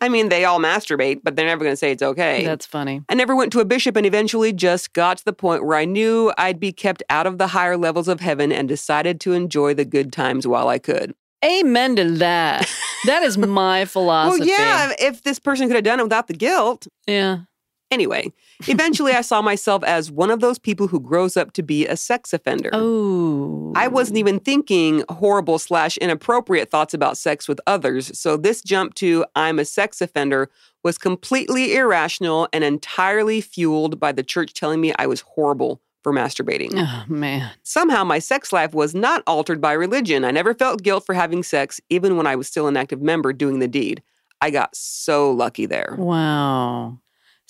Speaker 2: I mean, they all masturbate, but they're never going to say it's okay.
Speaker 1: That's funny.
Speaker 2: I never went to a bishop and eventually just got to the point where I knew I'd be kept out of the higher levels of heaven and decided to enjoy the good times while I could.
Speaker 1: Amen to that. That is my philosophy.
Speaker 2: Well, yeah, if this person could have done it without the guilt.
Speaker 1: Yeah.
Speaker 2: Anyway, eventually I saw myself as one of those people who grows up to be a sex offender.
Speaker 1: Oh.
Speaker 2: I wasn't e even thinking horrible slash inappropriate thoughts about sex with others, so this jump to I'm a sex offender was completely irrational and entirely fueled by the church telling me I was horrible for masturbating.
Speaker 1: Oh, man.
Speaker 2: Somehow my sex life was not altered by religion. I never felt guilt for having sex, even when I was still an active member doing the deed. I got so lucky
Speaker 1: Mm.
Speaker 2: there.
Speaker 1: Wow.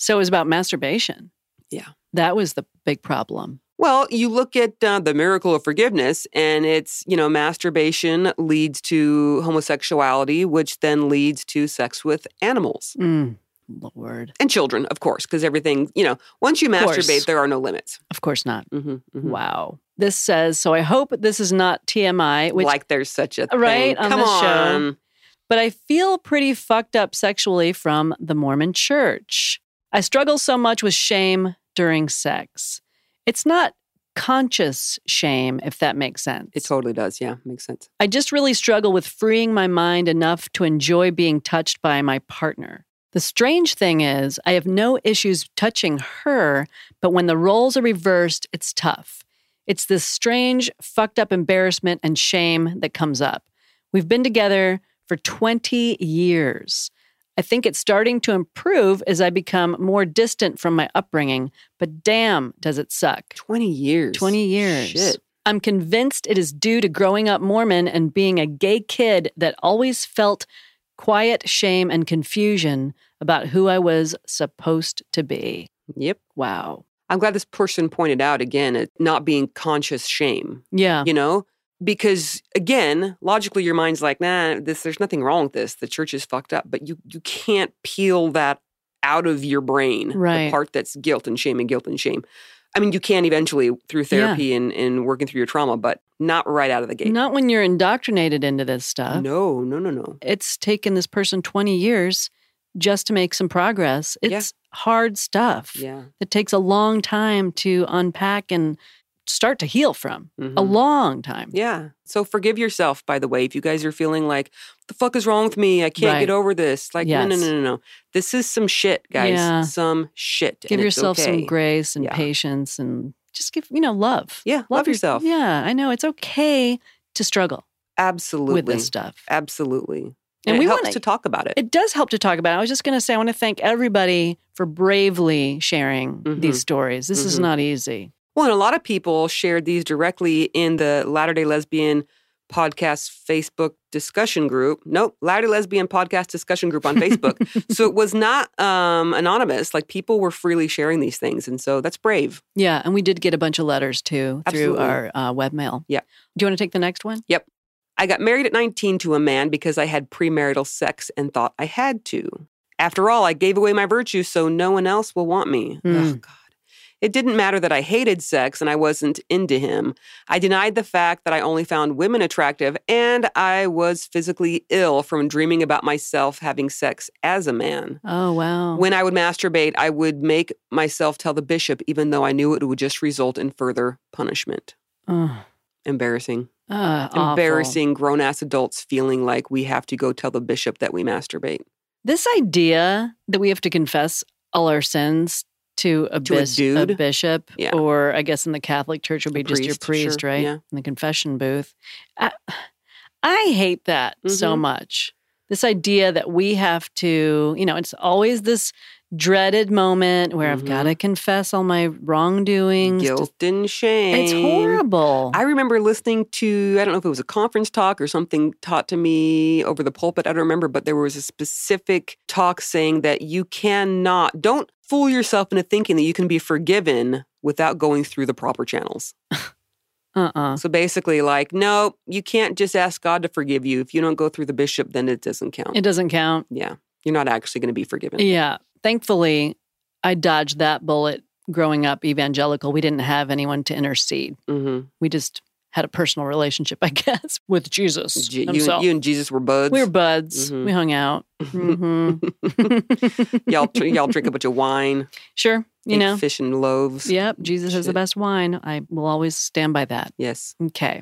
Speaker 1: So it was about masturbation.
Speaker 2: Yeah.
Speaker 1: That was the big problem.
Speaker 2: Well, you look at uh, the miracle of forgiveness, and it's, you know, masturbation leads to homosexuality, which then leads to sex with animals
Speaker 1: Mm. Lord.
Speaker 2: and children, of course, because everything, you know, once you
Speaker 1: course.
Speaker 2: masturbate, there are no limits.
Speaker 1: Of course not.
Speaker 2: Mm-hmm,
Speaker 1: Wow. This says, so I hope this is not TMI, which
Speaker 2: like there's such a thing.
Speaker 1: Right, on
Speaker 2: Come
Speaker 1: this show.
Speaker 2: on.
Speaker 1: but I feel pretty fucked up sexually from the Mormon church. I struggle so much with shame during sex. It's not conscious shame, if that makes sense.
Speaker 2: It totally does. Yeah, makes sense.
Speaker 1: I just really struggle with freeing my mind enough to enjoy being touched by my partner. The strange thing is, I have no issues touching her, but when the roles are reversed, it's tough. It's this strange, fucked up embarrassment and shame that comes up. We've been together for 20 years. I think it's starting to improve as I become more distant from my upbringing, but damn, does it suck.
Speaker 2: 20 years.
Speaker 1: 20 years.
Speaker 2: Shit.
Speaker 1: I'm convinced it is due to growing up Mormon and being a gay kid that always felt quiet shame and confusion about who I was supposed to be.
Speaker 2: Yep.
Speaker 1: Wow.
Speaker 2: I'm glad this person pointed out again, it not being conscious shame,
Speaker 1: Yeah.
Speaker 2: you know? Because again, logically your mind's like, nah, this there's nothing wrong with this. The church is fucked up. But you you can't peel that out of your brain.
Speaker 1: Right.
Speaker 2: The part that's guilt and shame and guilt and shame. I mean, you can eventually through therapy and, and working through your trauma, but not right out of the gate.
Speaker 1: Not when you're indoctrinated into this stuff.
Speaker 2: no, no, no, no.
Speaker 1: It's taken this person 20 years just to make some progress. It's
Speaker 2: Yeah.
Speaker 1: hard stuff.
Speaker 2: Yeah.
Speaker 1: It takes a long time to unpack and start to heal from. A
Speaker 2: Mhm.
Speaker 1: long time.
Speaker 2: Yeah. So forgive yourself, by the way, if you guys are feeling like, the fuck is wrong with me? I can't
Speaker 1: Right.
Speaker 2: get over this. Like, no, no,
Speaker 1: Yes.
Speaker 2: no, no, no. This is some shit, guys.
Speaker 1: Yeah.
Speaker 2: Some shit.
Speaker 1: Give
Speaker 2: and it's
Speaker 1: yourself
Speaker 2: okay.
Speaker 1: some grace and
Speaker 2: Yeah.
Speaker 1: patience and just give, you know, love.
Speaker 2: Yeah. Love,
Speaker 1: your-
Speaker 2: yourself.
Speaker 1: yeah, I know. It's okay to struggle
Speaker 2: Absolutely.
Speaker 1: with this stuff.
Speaker 2: Absolutely.
Speaker 1: And
Speaker 2: And, it
Speaker 1: we
Speaker 2: helps
Speaker 1: wanna-
Speaker 2: to talk about it.
Speaker 1: It does help to talk about. it. I was just going to say, I want to thank everybody for bravely sharing
Speaker 2: Mhm.
Speaker 1: these stories. This is
Speaker 2: Mhm.
Speaker 1: not easy.
Speaker 2: Well, and a lot of people shared these directly in the Latter day Lesbian podcast Facebook discussion group. Nope, Latter day Lesbian podcast discussion group on Facebook. so it was not um, anonymous. Like people were freely sharing these things. And so that's brave.
Speaker 1: Yeah, and we did get a bunch of letters too through
Speaker 2: Absolutely.
Speaker 1: our uh, webmail.
Speaker 2: Yeah.
Speaker 1: Do you want to take the next one?
Speaker 2: I got married at 19 to a man because I had premarital sex and thought I had to. After all, I gave away my virtue so no one else will want me.
Speaker 1: Hmm.
Speaker 2: Oh, God. It didn't matter that I hated sex and I wasn't into him. I denied the fact that I only found women attractive and I was physically ill from dreaming about myself having sex as a man.
Speaker 1: Oh wow.
Speaker 2: When I would masturbate, I would make myself tell the bishop, even though I knew it would just result in further punishment.
Speaker 1: Ugh.
Speaker 2: Embarrassing
Speaker 1: Ah, awful.
Speaker 2: embarrassing grown ass adults feeling like we have to go tell the bishop that we masturbate
Speaker 1: This idea that we have to confess all our sins to a,
Speaker 2: To a
Speaker 1: bis-
Speaker 2: dude?
Speaker 1: bishop,
Speaker 2: Yeah.
Speaker 1: or I guess in the Catholic Church would be just your
Speaker 2: priest, sure,
Speaker 1: priest, right?
Speaker 2: yeah.
Speaker 1: In the confession booth. I, I hate that so
Speaker 2: Mhm.
Speaker 1: much. This idea that we have to, you know, it's always this dreaded moment where I've
Speaker 2: Mhm.
Speaker 1: got to confess all my wrongdoings. to-
Speaker 2: guilt and shame.
Speaker 1: It's horrible.
Speaker 2: I remember listening to I don't know if it was a conference talk or something taught to me over the pulpit. I don't remember, but there was a specific talk saying that you cannot don't fool yourself into thinking that you can be forgiven without going through the proper channels.
Speaker 1: uh-uh.
Speaker 2: So basically, like, no, you can't just ask God to forgive you. If you don't go through the bishop, then it doesn't count.
Speaker 1: It doesn't count.
Speaker 2: yeah, you're not actually going to be forgiven.
Speaker 1: Yeah. Thankfully, I dodged that bullet growing up evangelical. We didn't have anyone to intercede.
Speaker 2: Mm-hmm.
Speaker 1: We just had a personal relationship, I guess, with Jesus
Speaker 2: J- you,
Speaker 1: himself.
Speaker 2: you and Jesus were buds.
Speaker 1: we were buds.
Speaker 2: Mhm.
Speaker 1: We hung out. Mhm.
Speaker 2: y'all, tr- y'all drink a bunch of wine,
Speaker 1: sure. You
Speaker 2: eat
Speaker 1: know,
Speaker 2: fish and loaves.
Speaker 1: yep. Jesus has the
Speaker 2: Shit.
Speaker 1: best wine. I will always stand by that.
Speaker 2: Yes.
Speaker 1: Okay.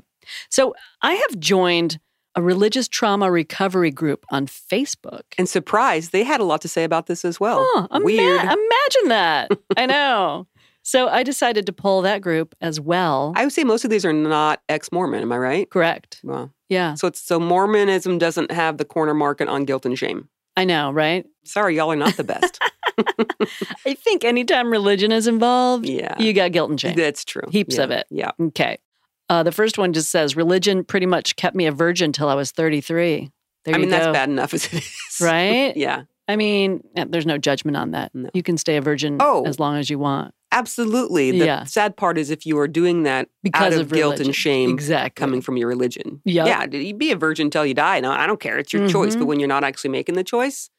Speaker 1: So I have joined a religious trauma recovery group on Facebook.
Speaker 2: And surprise, they had a lot to say about this as well.
Speaker 1: Oh, ima-
Speaker 2: Weird.
Speaker 1: imagine that. I know. So I decided to pull that group as well.
Speaker 2: I would say most of these are not ex-Mormon. Am I right?
Speaker 1: Correct.
Speaker 2: Wow.
Speaker 1: Yeah.
Speaker 2: So it's so Mormonism doesn't have the corner market on guilt and shame.
Speaker 1: I know, right?
Speaker 2: Sorry, y'all are not the best.
Speaker 1: I think anytime religion is involved,
Speaker 2: yeah,
Speaker 1: you got guilt and shame.
Speaker 2: that's true.
Speaker 1: Heaps
Speaker 2: Yeah.
Speaker 1: of it.
Speaker 2: Yeah.
Speaker 1: Okay. Uh, the first one just says religion pretty much kept me a virgin till I was 33. There
Speaker 2: I
Speaker 1: you
Speaker 2: mean,
Speaker 1: go.
Speaker 2: that's bad enough as it is.
Speaker 1: Right?
Speaker 2: Yeah.
Speaker 1: I mean, eh, there's no judgment on that.
Speaker 2: No.
Speaker 1: You can stay a virgin
Speaker 2: Oh.
Speaker 1: as long as you want
Speaker 2: Absolutely. The
Speaker 1: Yeah.
Speaker 2: sad part is if you are doing that
Speaker 1: because
Speaker 2: out of,
Speaker 1: of
Speaker 2: guilt
Speaker 1: religion.
Speaker 2: and shame,
Speaker 1: Exactly.
Speaker 2: coming from your religion.
Speaker 1: Yep.
Speaker 2: Yeah, d- you be a virgin till you die. No, I don't care. It's your choice.
Speaker 1: Mhm.
Speaker 2: But when you're not actually making the choice,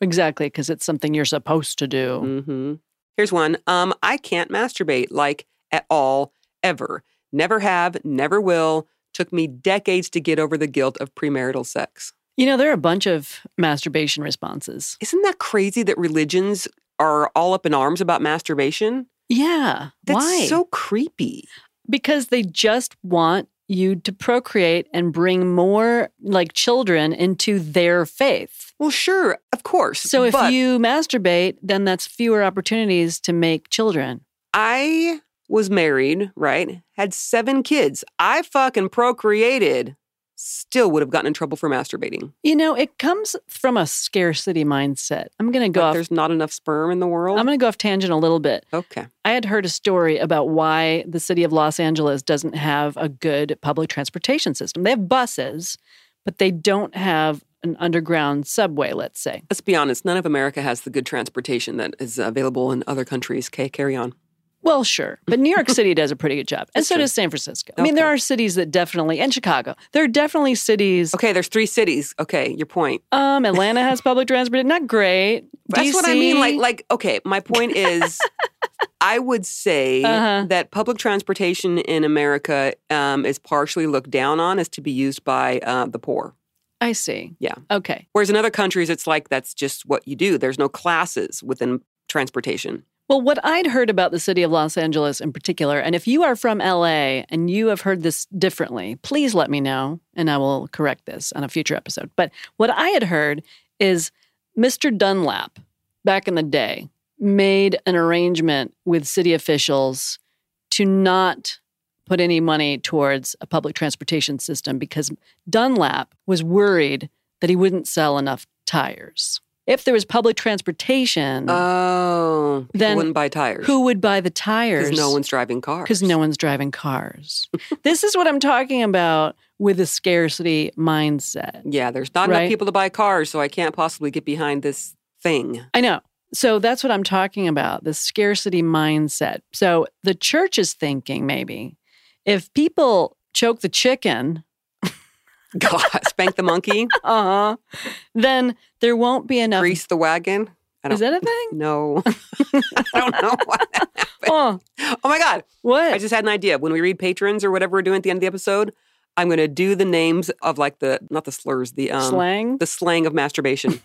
Speaker 1: exactly, because it's something you're supposed to do.
Speaker 2: hmm here's one. Um, I can't masturbate like at all, ever. Never have, never will. Took me decades to get over the guilt of premarital sex.
Speaker 1: You know, there are a bunch of masturbation responses.
Speaker 2: Isn't that crazy that religions are all up in arms about masturbation?
Speaker 1: Yeah.
Speaker 2: That's
Speaker 1: Why?
Speaker 2: so creepy.
Speaker 1: because they just want you to procreate and bring more like children into their faith.
Speaker 2: Well, sure, of course.
Speaker 1: So if
Speaker 2: but
Speaker 1: you masturbate, then that's fewer opportunities to make children.
Speaker 2: I was married, right? Had seven kids. I fucking procreated. Still would have gotten in trouble for masturbating.
Speaker 1: You know, it comes from a scarcity mindset. I'm going to go
Speaker 2: Like,
Speaker 1: off
Speaker 2: there's not enough sperm in the world.
Speaker 1: I'm going to go off tangent a little bit.
Speaker 2: okay.
Speaker 1: I had heard a story about why the city of Los Angeles doesn't have a good public transportation system. They have buses, but they don't have an underground subway, let's say.
Speaker 2: Let's be honest. None of America has the good transportation that is available in other countries. Okay, carry on.
Speaker 1: Well, sure. But New York City does a pretty good job. And
Speaker 2: That's
Speaker 1: so
Speaker 2: true.
Speaker 1: does San Francisco. I mean,
Speaker 2: Okay.
Speaker 1: there are cities that definitely, and Chicago, there are definitely cities.
Speaker 2: Okay, there's three cities. Okay, your point.
Speaker 1: Um, Atlanta has public transport, not great.
Speaker 2: That's what I mean.
Speaker 1: DC
Speaker 2: Like, like, okay, my point is, I would say
Speaker 1: Uh-huh.
Speaker 2: that public transportation in America um, is partially looked down on as to be used by uh, the poor.
Speaker 1: I see.
Speaker 2: Yeah.
Speaker 1: Okay.
Speaker 2: Whereas in other countries, it's like that's just what you do. There's no classes within transportation.
Speaker 1: Well, what I'd heard about the city of Los Angeles in particular, and if you are from LA and you have heard this differently, please let me know and I will correct this on a future episode. But what I had heard is Mr. Dunlap back in the day made an arrangement with city officials to not put any money towards a public transportation system because Dunlap was worried that he wouldn't sell enough tires. If there was public transportation,
Speaker 2: Oh, people
Speaker 1: Mm. Then
Speaker 2: wouldn't buy tires
Speaker 1: who would buy the tires?
Speaker 2: because no one's driving cars.
Speaker 1: because no one's driving cars. this is what I'm talking about with a scarcity mindset.
Speaker 2: Yeah, there's not
Speaker 1: Right.
Speaker 2: enough people to buy cars, so I can't possibly get behind this thing.
Speaker 1: I know. So that's what I'm talking about the scarcity mindset. So the church is thinking maybe if people choke the chicken,
Speaker 2: God, spank the monkey,
Speaker 1: uh huh, then there won't be enough.
Speaker 2: grease the wagon. I don't
Speaker 1: is that a thing?
Speaker 2: No, I don't know. What.
Speaker 1: oh,
Speaker 2: Oh my God.
Speaker 1: what?
Speaker 2: I just had an idea. When we read patrons or whatever we're doing at the end of the episode, I'm going to do the names of like the, not the slurs, the um,
Speaker 1: slang,
Speaker 2: the slang of masturbation.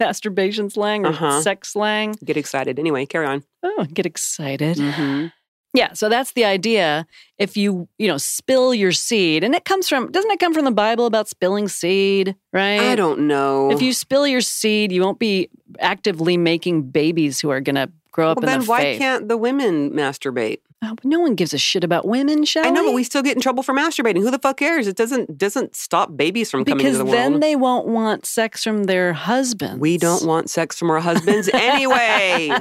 Speaker 1: masturbation slang, or
Speaker 2: Uh-huh.
Speaker 1: sex slang.
Speaker 2: Get excited. Anyway, carry on.
Speaker 1: Oh, get excited.
Speaker 2: Mm-hmm.
Speaker 1: Yeah, so that's the idea. If you, you know, spill your seed, and it comes from, doesn't it come from the Bible about spilling seed, right?
Speaker 2: I don't know.
Speaker 1: If you spill your seed, you won't be actively making babies who are going to grow
Speaker 2: well,
Speaker 1: up in
Speaker 2: then
Speaker 1: the
Speaker 2: why
Speaker 1: faith.
Speaker 2: can't the women masturbate?
Speaker 1: Oh, no one gives a shit about women, shall
Speaker 2: I know, but we still get in trouble for masturbating. Who the fuck cares? It doesn't doesn't stop babies from coming
Speaker 1: because
Speaker 2: into the
Speaker 1: then
Speaker 2: world.
Speaker 1: they won't want sex from their husbands.
Speaker 2: we don't want sex from our husbands anyway.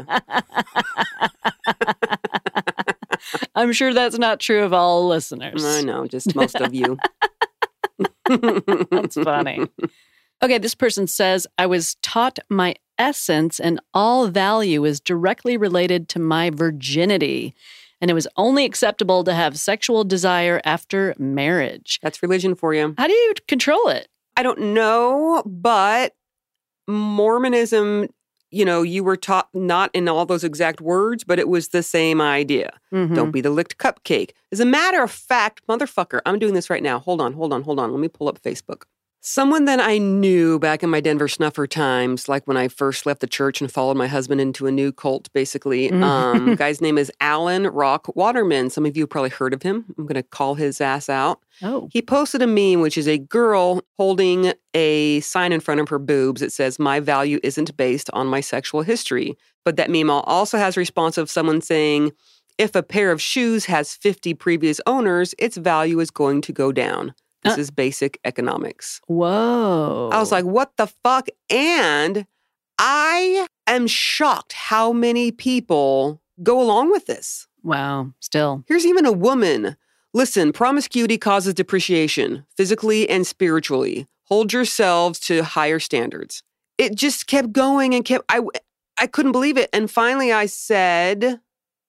Speaker 1: I'm sure that's not true of all listeners.
Speaker 2: I know, just most of you.
Speaker 1: That's funny. Okay, this person says, I was taught my essence and all value is directly related to my virginity, and it was only acceptable to have sexual desire after marriage.
Speaker 2: That's religion for you.
Speaker 1: How do you control it?
Speaker 2: I don't know, but Mormonism, you know, you were taught not in all those exact words, but it was the same idea.
Speaker 1: Mm-hmm.
Speaker 2: Don't be the licked cupcake. As a matter of fact, motherfucker, I'm doing this right now. Hold on, hold on, hold on. Let me pull up Facebook. Someone that I knew back in my Denver snuffer times, like when I first left the church and followed my husband into a new cult, basically.
Speaker 1: Mhm.
Speaker 2: Um, guy's name is Alan Rock Waterman. Some of you have probably heard of him. I'm going to call his ass out.
Speaker 1: Oh.
Speaker 2: He posted a meme, which is a girl holding a sign in front of her boobs that says, My value isn't based on my sexual history. But that meme al- also has a response of someone saying, If a pair of shoes has 50 previous owners, its value is going to go down. This
Speaker 1: Uh. Oh.
Speaker 2: is basic economics.
Speaker 1: Whoa.
Speaker 2: I was like, What the fuck? And I am shocked how many people go along with this.
Speaker 1: wow, still.
Speaker 2: Here's even a woman. Listen, promiscuity causes depreciation, physically and spiritually. Hold yourselves to higher standards. It just kept going and kept. I, I couldn't believe it. And finally, I said,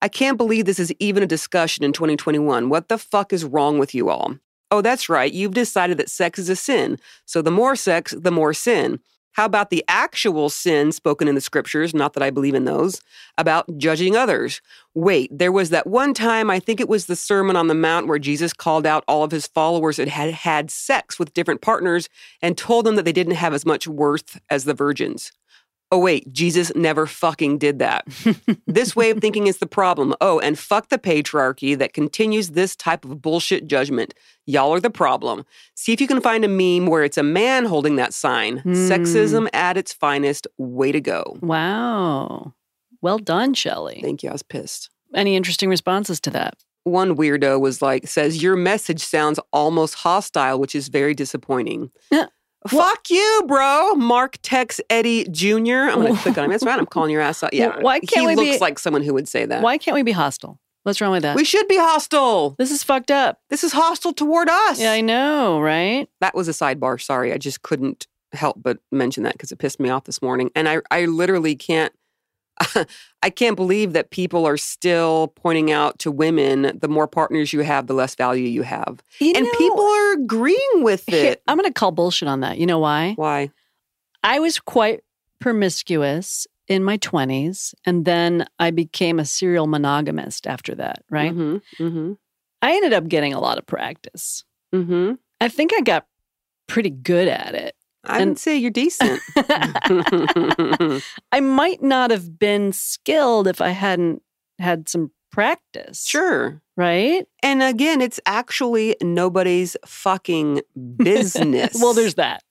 Speaker 2: I can't believe this is even a discussion in 2021. What the fuck is wrong with you all? Oh, that's right. You've decided that sex is a sin. So the more sex, the more sin. How about the actual sin spoken in the scriptures? Not that I believe in those, about judging others. Wait, there was that one time, I think it was the Sermon on the Mount, where Jesus called out all of his followers that had had sex with different partners and told them that they didn't have as much worth as the virgins. Oh, wait, Jesus never fucking did that. this way of thinking is the problem. Oh, and fuck the patriarchy that continues this type of bullshit judgment. Y'all are the problem. See if you can find a meme where it's a man holding that sign. Sexism at its finest. Way to go.
Speaker 1: Wow. Well done, Shelley.
Speaker 2: Thank you. I was pissed.
Speaker 1: Any interesting responses to that?
Speaker 2: One weirdo was like, says, Your message sounds almost hostile, which is very disappointing.
Speaker 1: Yeah.
Speaker 2: Fuck you, bro. Mark Tex Eddie Jr. I'm going to click on him. That's right. I'm calling your ass out. Yeah.
Speaker 1: Well, why can't
Speaker 2: he
Speaker 1: we be-
Speaker 2: looks like someone who would say that.
Speaker 1: Why can't we be hostile? What's wrong with that?
Speaker 2: We should be hostile.
Speaker 1: this is fucked up.
Speaker 2: This is hostile toward us.
Speaker 1: Yeah, I know, right?
Speaker 2: that was a sidebar. Sorry, I just couldn't help but mention that because it pissed me off this morning. And I, I literally can't. I can't believe that people are still pointing out to women the more partners you have, the less value you have. and people are agreeing with
Speaker 1: Here,
Speaker 2: it.
Speaker 1: I'm going to call bullshit on that. You know why?
Speaker 2: Why?
Speaker 1: I was quite promiscuous in my 20s, and then I became a serial monogamist after that, right?
Speaker 2: hmm
Speaker 1: Mm-hmm,
Speaker 2: hmm
Speaker 1: I ended up getting a lot of practice.
Speaker 2: hmm
Speaker 1: I think I got pretty good at it.
Speaker 2: I
Speaker 1: And-
Speaker 2: would say you're decent.
Speaker 1: I might not have been skilled if I hadn't had some practice.
Speaker 2: sure.
Speaker 1: Right?
Speaker 2: And again, it's actually nobody's fucking business.
Speaker 1: Well, there's that.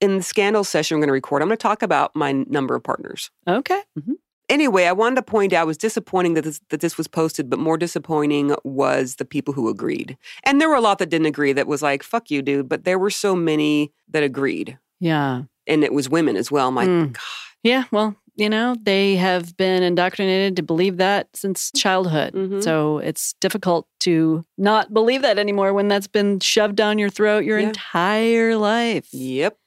Speaker 2: in the scandal session we're going to record, I'm going to talk about my number of partners.
Speaker 1: Okay.
Speaker 2: Mm-hmm. Anyway, I wanted to point out it was disappointing that this, that this was posted, but more disappointing was the people who agreed. And there were a lot that didn't agree that was like, fuck you, dude. But there were so many that agreed.
Speaker 1: Yeah.
Speaker 2: And it was women as well. My
Speaker 1: Mm.
Speaker 2: God.
Speaker 1: Yeah. Well, you know, they have been indoctrinated to believe that since childhood.
Speaker 2: Mhm.
Speaker 1: So it's difficult to not believe that anymore when that's been shoved down your throat your
Speaker 2: Yeah.
Speaker 1: entire life.
Speaker 2: Yep.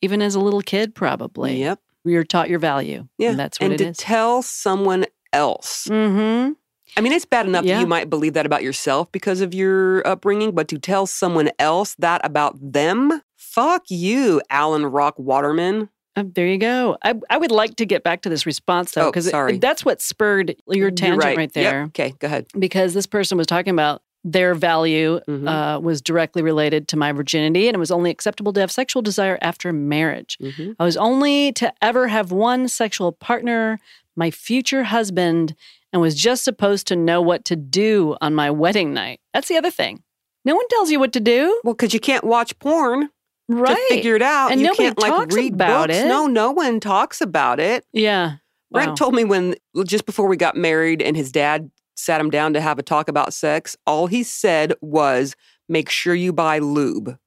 Speaker 1: Even as a little kid, probably.
Speaker 2: Yep.
Speaker 1: You're taught your value.
Speaker 2: Yeah.
Speaker 1: And that's what
Speaker 2: and
Speaker 1: it
Speaker 2: to
Speaker 1: is.
Speaker 2: tell someone else.
Speaker 1: mm-hmm.
Speaker 2: I mean, it's bad enough
Speaker 1: Yeah.
Speaker 2: that you might believe that about yourself because of your upbringing, but to tell someone else that about them, fuck you, Alan Rock Waterman.
Speaker 1: Uh, there you go. I, I would like to get back to this response though,
Speaker 2: Oh,
Speaker 1: because
Speaker 2: sorry.
Speaker 1: that's what spurred your
Speaker 2: You're
Speaker 1: tangent right.
Speaker 2: Yep.
Speaker 1: there.
Speaker 2: Okay, go ahead.
Speaker 1: Because this person was talking about their value
Speaker 2: Mhm.
Speaker 1: uh, was directly related to my virginity, and it was only acceptable to have sexual desire after marriage.
Speaker 2: Mhm.
Speaker 1: I was only to ever have one sexual partner, my future husband, and was just supposed to know what to do on my wedding night. That's the other thing. No one tells you what to do,
Speaker 2: Well, because you can't watch porn
Speaker 1: right?
Speaker 2: to figure it out,
Speaker 1: And
Speaker 2: you
Speaker 1: nobody
Speaker 2: can't like
Speaker 1: talks
Speaker 2: read
Speaker 1: about
Speaker 2: books.
Speaker 1: it.
Speaker 2: No, no one talks about it.
Speaker 1: yeah. Wow.
Speaker 2: Brent told me when just before we got married, and his dad sat him down to have a talk about sex. All he said was, "Make sure you buy lube."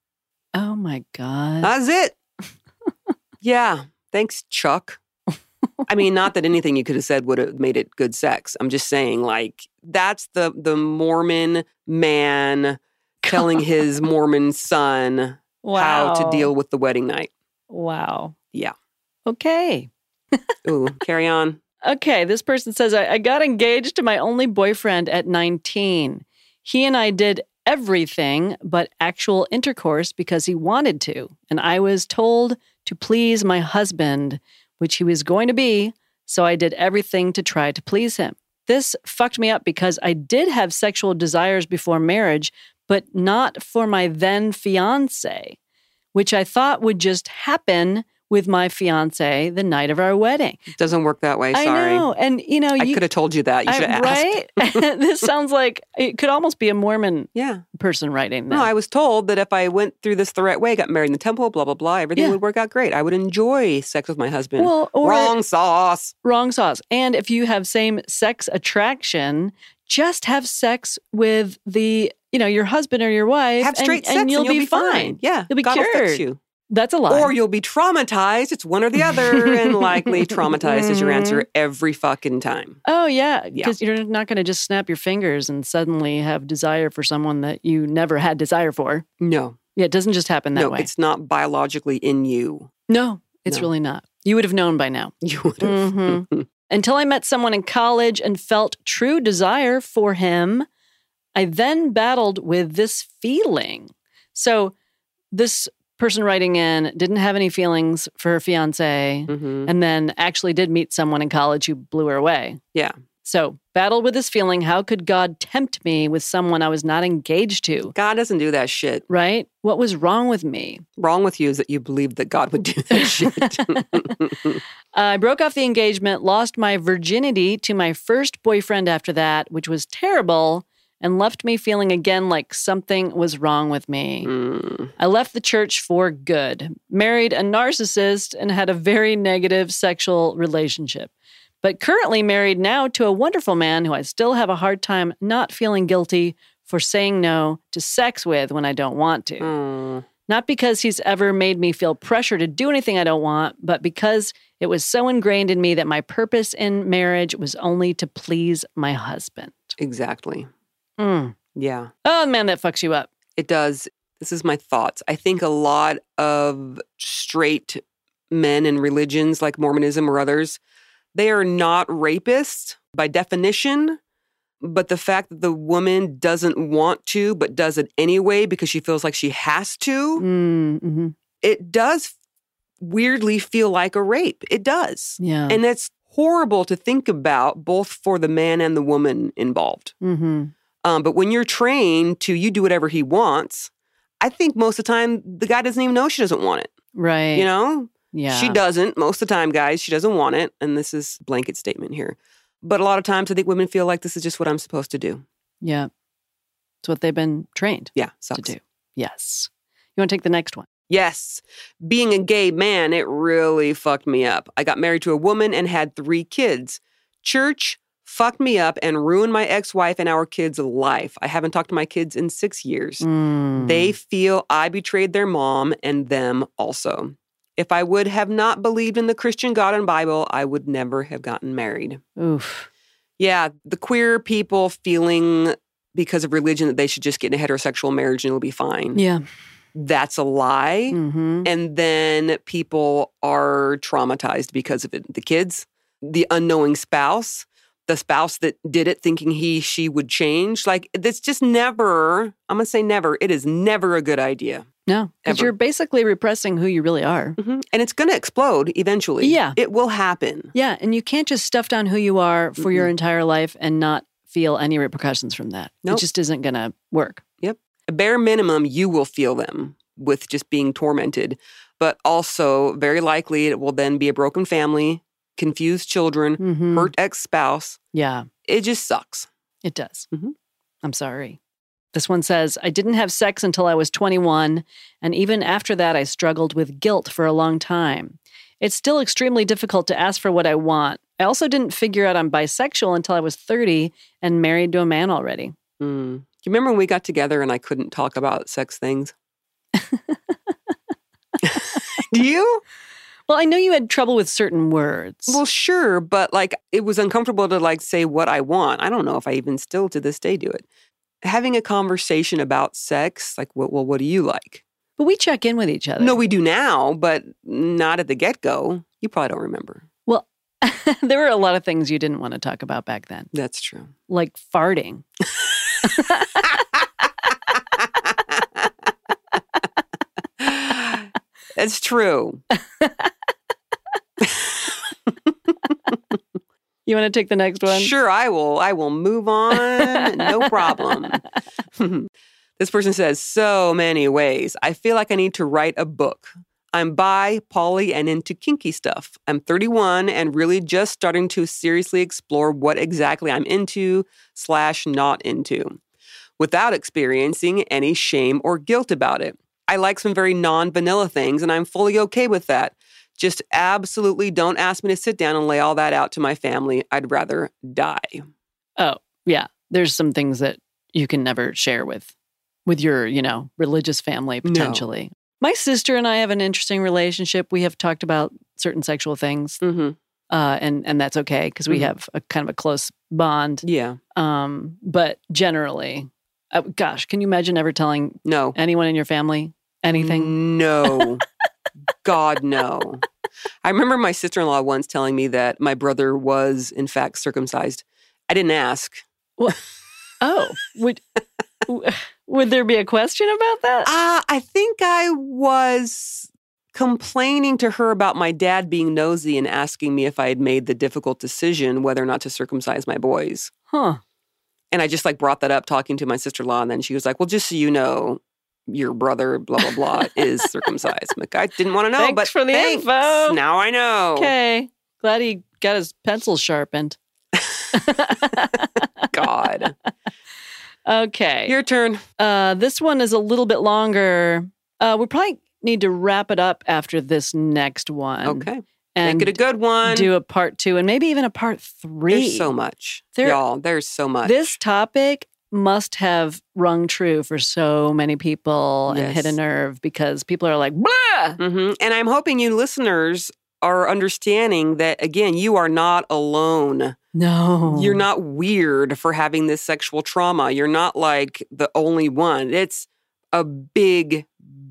Speaker 1: oh my god.
Speaker 2: That's it. yeah. Thanks, Chuck. I mean, not that anything you could have said would have made it good sex. I'm just saying, like, that's the the Mormon man telling his Mormon son how to deal with the wedding night.
Speaker 1: Wow.
Speaker 2: Yeah.
Speaker 1: Okay.
Speaker 2: Ooh, carry on.
Speaker 1: Okay. This person says I, I got engaged to my only boyfriend at 19. He and I did everything but actual intercourse because he wanted to. And I was told to please my husband, which he was going to be. So I did everything to try to please him. This fucked me up because I did have sexual desires before marriage, but not for my then fiance, which I thought would just happen with my fiance the night of our wedding.
Speaker 2: Doesn't work that way. Sorry.
Speaker 1: I know. And you know,
Speaker 2: I
Speaker 1: you
Speaker 2: could have told you that. You
Speaker 1: I-
Speaker 2: should have asked.
Speaker 1: right? this sounds like it could almost be a Mormon
Speaker 2: Yeah.
Speaker 1: person writing that.
Speaker 2: No, I was told that if I went through this the right way, got married in the temple, blah blah blah, everything
Speaker 1: Yeah.
Speaker 2: would work out great. I would enjoy sex with my husband.
Speaker 1: well, or
Speaker 2: Wrong sauce.
Speaker 1: wrong sauce. And if you have same sex attraction, just have sex with the, you know, your husband or your wife
Speaker 2: Have
Speaker 1: and-
Speaker 2: straight
Speaker 1: and,
Speaker 2: sex
Speaker 1: you'll, be, fine.
Speaker 2: Yeah.
Speaker 1: You'll be
Speaker 2: God will fix
Speaker 1: cured.
Speaker 2: you.
Speaker 1: That's a lie.
Speaker 2: Or you'll be traumatized. It's one or the other. and likely traumatized is your
Speaker 1: Mm-hmm.
Speaker 2: answer every fucking time.
Speaker 1: Oh yeah,
Speaker 2: Yeah.
Speaker 1: because you're not going to just snap your fingers and suddenly have desire for someone that you never had desire for.
Speaker 2: No.
Speaker 1: Yeah, it doesn't just happen that
Speaker 2: no,
Speaker 1: way.
Speaker 2: it's not biologically in you.
Speaker 1: no, it's
Speaker 2: No.
Speaker 1: really not. You would have known by now.
Speaker 2: You would have.
Speaker 1: Mhm. Until I met someone in college and felt true desire for him, I then battled with this feeling. So, this person writing in didn't have any feelings for her fiance
Speaker 2: hmm
Speaker 1: and then actually did meet someone in college who blew her away.
Speaker 2: Yeah.
Speaker 1: So, battle with this feeling how could God tempt me with someone I was not engaged to?
Speaker 2: God doesn't do that shit.
Speaker 1: Right? What was wrong with me?
Speaker 2: Wrong with you is that you believed that God would do that shit.
Speaker 1: I broke off the engagement, lost my virginity to my first boyfriend after that, which was terrible, and left me feeling again like something was wrong with me.
Speaker 2: Mm.
Speaker 1: I left the church for good, married a narcissist, and had a very negative sexual relationship. But currently married now to a wonderful man who I still have a hard time not feeling guilty for saying no to sex with when I don't want to.
Speaker 2: Mm.
Speaker 1: Not because he's ever made me feel pressure to do anything I don't want, but because it was so ingrained in me that my purpose in marriage was only to please my husband.
Speaker 2: Exactly. Hmm.
Speaker 1: Mm.
Speaker 2: Yeah.
Speaker 1: Oh man, that fucks you up.
Speaker 2: It does. This is my thoughts. I think a lot of straight men in religions like Mormonism or others, they are not rapists by definition. But the fact that the woman doesn't want to, but does it anyway because she feels like she has to,
Speaker 1: Mm, hmm
Speaker 2: it does weirdly feel like a rape. It does.
Speaker 1: Yeah.
Speaker 2: And that's horrible to think about, both for the man and the woman involved.
Speaker 1: hmm
Speaker 2: Um, but when you're trained to you do whatever he wants, I think most of the time the guy doesn't even know she doesn't want it.
Speaker 1: Right.
Speaker 2: You know,
Speaker 1: Eh, Yeah.
Speaker 2: she doesn't most of the time, guys. She doesn't want it, and this is blanket statement here. But a lot of times, I think women feel like this is just what I'm supposed to do.
Speaker 1: Yeah. It's what they've been trained
Speaker 2: Yeah, sucks.
Speaker 1: to do. Yes. You want to take the next one?
Speaker 2: Yes, being a gay man, it really fucked me up. I got married to a woman and had three kids. Church fucked me up and ruined my ex-wife and our kids' life. I haven't talked to my kids in six years.
Speaker 1: Mm.
Speaker 2: They feel I betrayed their mom and them also. If I would have not believed in the Christian God and Bible, I would never have gotten married.
Speaker 1: Oof.
Speaker 2: Yeah, the queer people feeling because of religion that they should just get in a heterosexual marriage and it'll be fine.
Speaker 1: Yeah.
Speaker 2: That's a lie.
Speaker 1: hmm
Speaker 2: And then people are traumatized because of it. The kids, the unknowing spouse, the spouse that did it thinking he, she would change. Like, that's just never, I'm going to say never, it is never a good idea.
Speaker 1: No, because
Speaker 2: Ever.
Speaker 1: you're basically repressing who you really are.
Speaker 2: Mhm. And it's going to explode eventually.
Speaker 1: Yeah.
Speaker 2: It will happen.
Speaker 1: Yeah, and you can't just stuff down who you are for your
Speaker 2: Mm-mm.
Speaker 1: entire life and not feel any repercussions from that.
Speaker 2: Nope.
Speaker 1: It just isn't going to work.
Speaker 2: Bare minimum, you will feel them with just being tormented. But also, very likely, it will then be a broken family, confused children,
Speaker 1: Mhm.
Speaker 2: hurt ex spouse.
Speaker 1: Yeah,
Speaker 2: It just sucks.
Speaker 1: it does.
Speaker 2: Mhm.
Speaker 1: I'm sorry. This one says, I didn't have sex until I was 21, and even after that, I struggled with guilt for a long time. It's still extremely difficult to ask for what I want. I also didn't figure out I'm bisexual until I was 30 and married to a man already.
Speaker 2: Mm. Do you remember when we got together and I couldn't talk about sex things? Do you?
Speaker 1: Well, I know you had trouble with certain words.
Speaker 2: Well, sure, but like it was uncomfortable to like say what I want. I don't know if I even still to this day do it. Having a conversation about sex, like, well, well what do you like?
Speaker 1: but we check in with each other.
Speaker 2: No, we do now, but not at the get go. You probably don't remember.
Speaker 1: there were a lot of things you didn't want to talk about back then,
Speaker 2: That's true.
Speaker 1: like farting.
Speaker 2: That's true.
Speaker 1: You want to take the next one?
Speaker 2: Sure, I will. I will move on. no problem. this person says so many ways. I feel like I need to write a book. I'm bi, poly, and into kinky stuff. I'm 31 and really just starting to seriously explore what exactly I'm into slash not into, without experiencing any shame or guilt about it. I like some very non vanilla things, and I'm fully okay with that. Just absolutely don't ask me to sit down and lay all that out to my family. I'd rather die.
Speaker 1: Yeah, there's some things that you can never share with with your, you know, religious family
Speaker 2: No.
Speaker 1: potentially. My sister and I have an interesting relationship. We have talked about certain sexual things,
Speaker 2: Mm-hmm.
Speaker 1: uh, and and that's okay because we
Speaker 2: Mhm.
Speaker 1: have a kind of a close bond.
Speaker 2: Yeah.
Speaker 1: Um, but generally, uh, gosh, can you imagine ever telling
Speaker 2: No.
Speaker 1: anyone in your family anything?
Speaker 2: Mm. No. God, no. I remember my sister in law once telling me that my brother was, in fact, circumcised. I didn't ask.
Speaker 1: Oh, would Would there be a question about that?
Speaker 2: Uh, I think I was complaining to her about my dad being nosy and asking me if I had made the difficult decision whether or not to circumcise my boys.
Speaker 1: Huh.
Speaker 2: And I just like brought that up talking to my sister in law. And then she was like, Well, just so you know, your brother, blah, blah, blah, is circumcised. I'm like, I didn't want to know,
Speaker 1: Thanks
Speaker 2: but
Speaker 1: for the
Speaker 2: thanks.
Speaker 1: info.
Speaker 2: Now I know.
Speaker 1: Okay. Glad he got his pencil sharpened.
Speaker 2: God.
Speaker 1: okay.
Speaker 2: Your turn.
Speaker 1: Uh, this one is a little bit longer. Uh, we probably need to wrap it up after this next one.
Speaker 2: Okay.
Speaker 1: Mm-hmm. And
Speaker 2: Make it a good one.
Speaker 1: do a part two and maybe even a part three.
Speaker 2: There's so much.
Speaker 1: There-
Speaker 2: Y'all, there's so much.
Speaker 1: This topic must have rung true for so many people and
Speaker 2: Yes.
Speaker 1: hit a nerve because people are like, blah.
Speaker 2: hmm And I'm hoping you listeners are understanding that, again, you are not alone.
Speaker 1: No.
Speaker 2: You're not weird for having this sexual trauma. You're not like the only one. It's a big,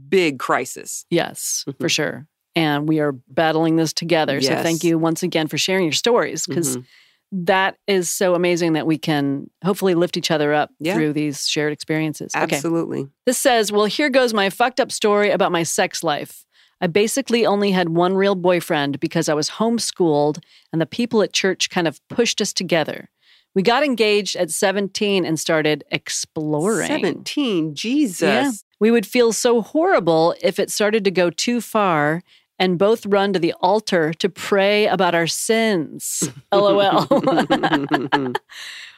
Speaker 2: big crisis.
Speaker 1: Yes, for
Speaker 2: Mhm.
Speaker 1: sure. And we are battling this together. So
Speaker 2: Yes.
Speaker 1: thank you once again for sharing your stories because
Speaker 2: Mhm.
Speaker 1: that is so amazing that we can hopefully lift each other up
Speaker 2: Yeah.
Speaker 1: through these shared experiences. Okay.
Speaker 2: absolutely.
Speaker 1: This says, Well, here goes my fucked up story about my sex life. I basically only had one real boyfriend because I was homeschooled and the people at church kind of pushed us together. We got engaged at 17 and started exploring.
Speaker 2: 17. Jesus.
Speaker 1: Yeah. We would feel so horrible if it started to go too far and both run to the altar to pray about our sins. LOL.
Speaker 2: Mm-hmm.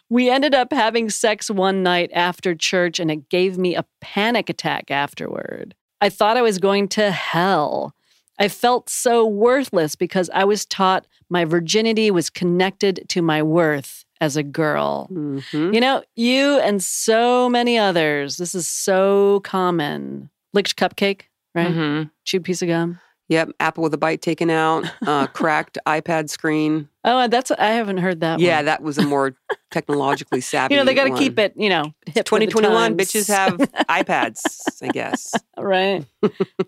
Speaker 1: we ended up having sex one night after church and it gave me a panic attack afterward. I thought I was going to hell. I felt so worthless because I was taught my virginity was connected to my worth as a girl.
Speaker 2: Mhm.
Speaker 1: You know, you and so many others. This is so common. Licked cupcake, right?
Speaker 2: Mhm.
Speaker 1: Chewed piece of gum.
Speaker 2: Yep. Apple with a bite taken out, uh, cracked iPad screen.
Speaker 1: Oh, that's I haven't heard that.
Speaker 2: yeah,
Speaker 1: one.
Speaker 2: that was a more technologically savvy.
Speaker 1: you know they got to
Speaker 2: one.
Speaker 1: keep it. You know, hip with the
Speaker 2: 2021
Speaker 1: times.
Speaker 2: bitches have iPads, I guess.
Speaker 1: right.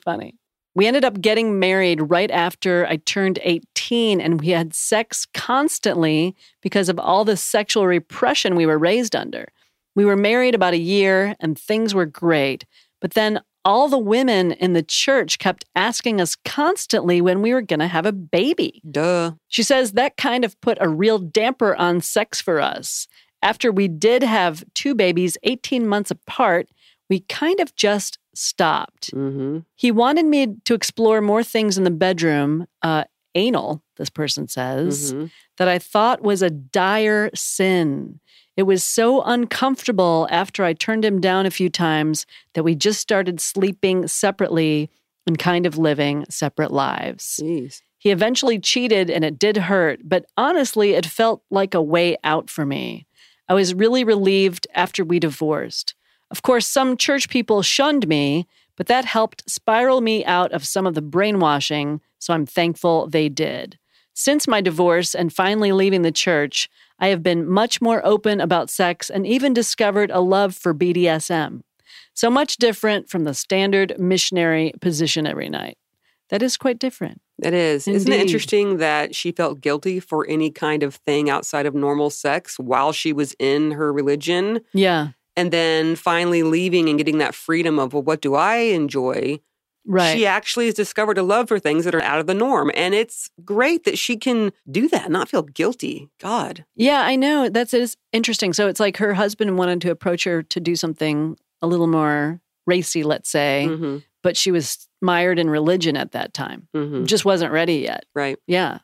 Speaker 1: Funny. We ended up getting married right after I turned 18, and we had sex constantly because of all the sexual repression we were raised under. We were married about a year, and things were great. But then all the women in the church kept asking us constantly when we were going to have a baby.
Speaker 2: Duh.
Speaker 1: She says that kind of put a real damper on sex for us. After we did have two babies 18 months apart, we kind of just stopped.
Speaker 2: Mm-hmm.
Speaker 1: He wanted me to explore more things in the bedroom, uh, anal, this person says,
Speaker 2: Mm-hmm.
Speaker 1: that I thought was a dire sin. It was so uncomfortable after I turned him down a few times that we just started sleeping separately and kind of living separate lives.
Speaker 2: Jeez.
Speaker 1: He eventually cheated and it did hurt, but honestly, it felt like a way out for me. I was really relieved after we divorced. Of course, some church people shunned me, but that helped spiral me out of some of the brainwashing, so I'm thankful they did. Since my divorce and finally leaving the church, I have been much more open about sex and even discovered a love for BDSM. So much different from the standard missionary position every night. That is quite different.
Speaker 2: It is. Isn't it
Speaker 1: Indeed.
Speaker 2: interesting that she felt guilty for any kind of thing outside of normal sex while she was in her religion?
Speaker 1: Yeah.
Speaker 2: And then finally leaving and getting that freedom of, well, what do I enjoy?
Speaker 1: Right.
Speaker 2: She actually has discovered a love for things that are out of the norm. And it's great that she can do that, and not feel guilty. God.
Speaker 1: yeah, I know. That's it is interesting. So it's like her husband wanted to approach her to do something a little more racy, let's say,
Speaker 2: Mm-hmm.
Speaker 1: but she was mired in religion at that time.
Speaker 2: Mm-hmm.
Speaker 1: Just wasn't ready yet.
Speaker 2: Right.
Speaker 1: Yeah.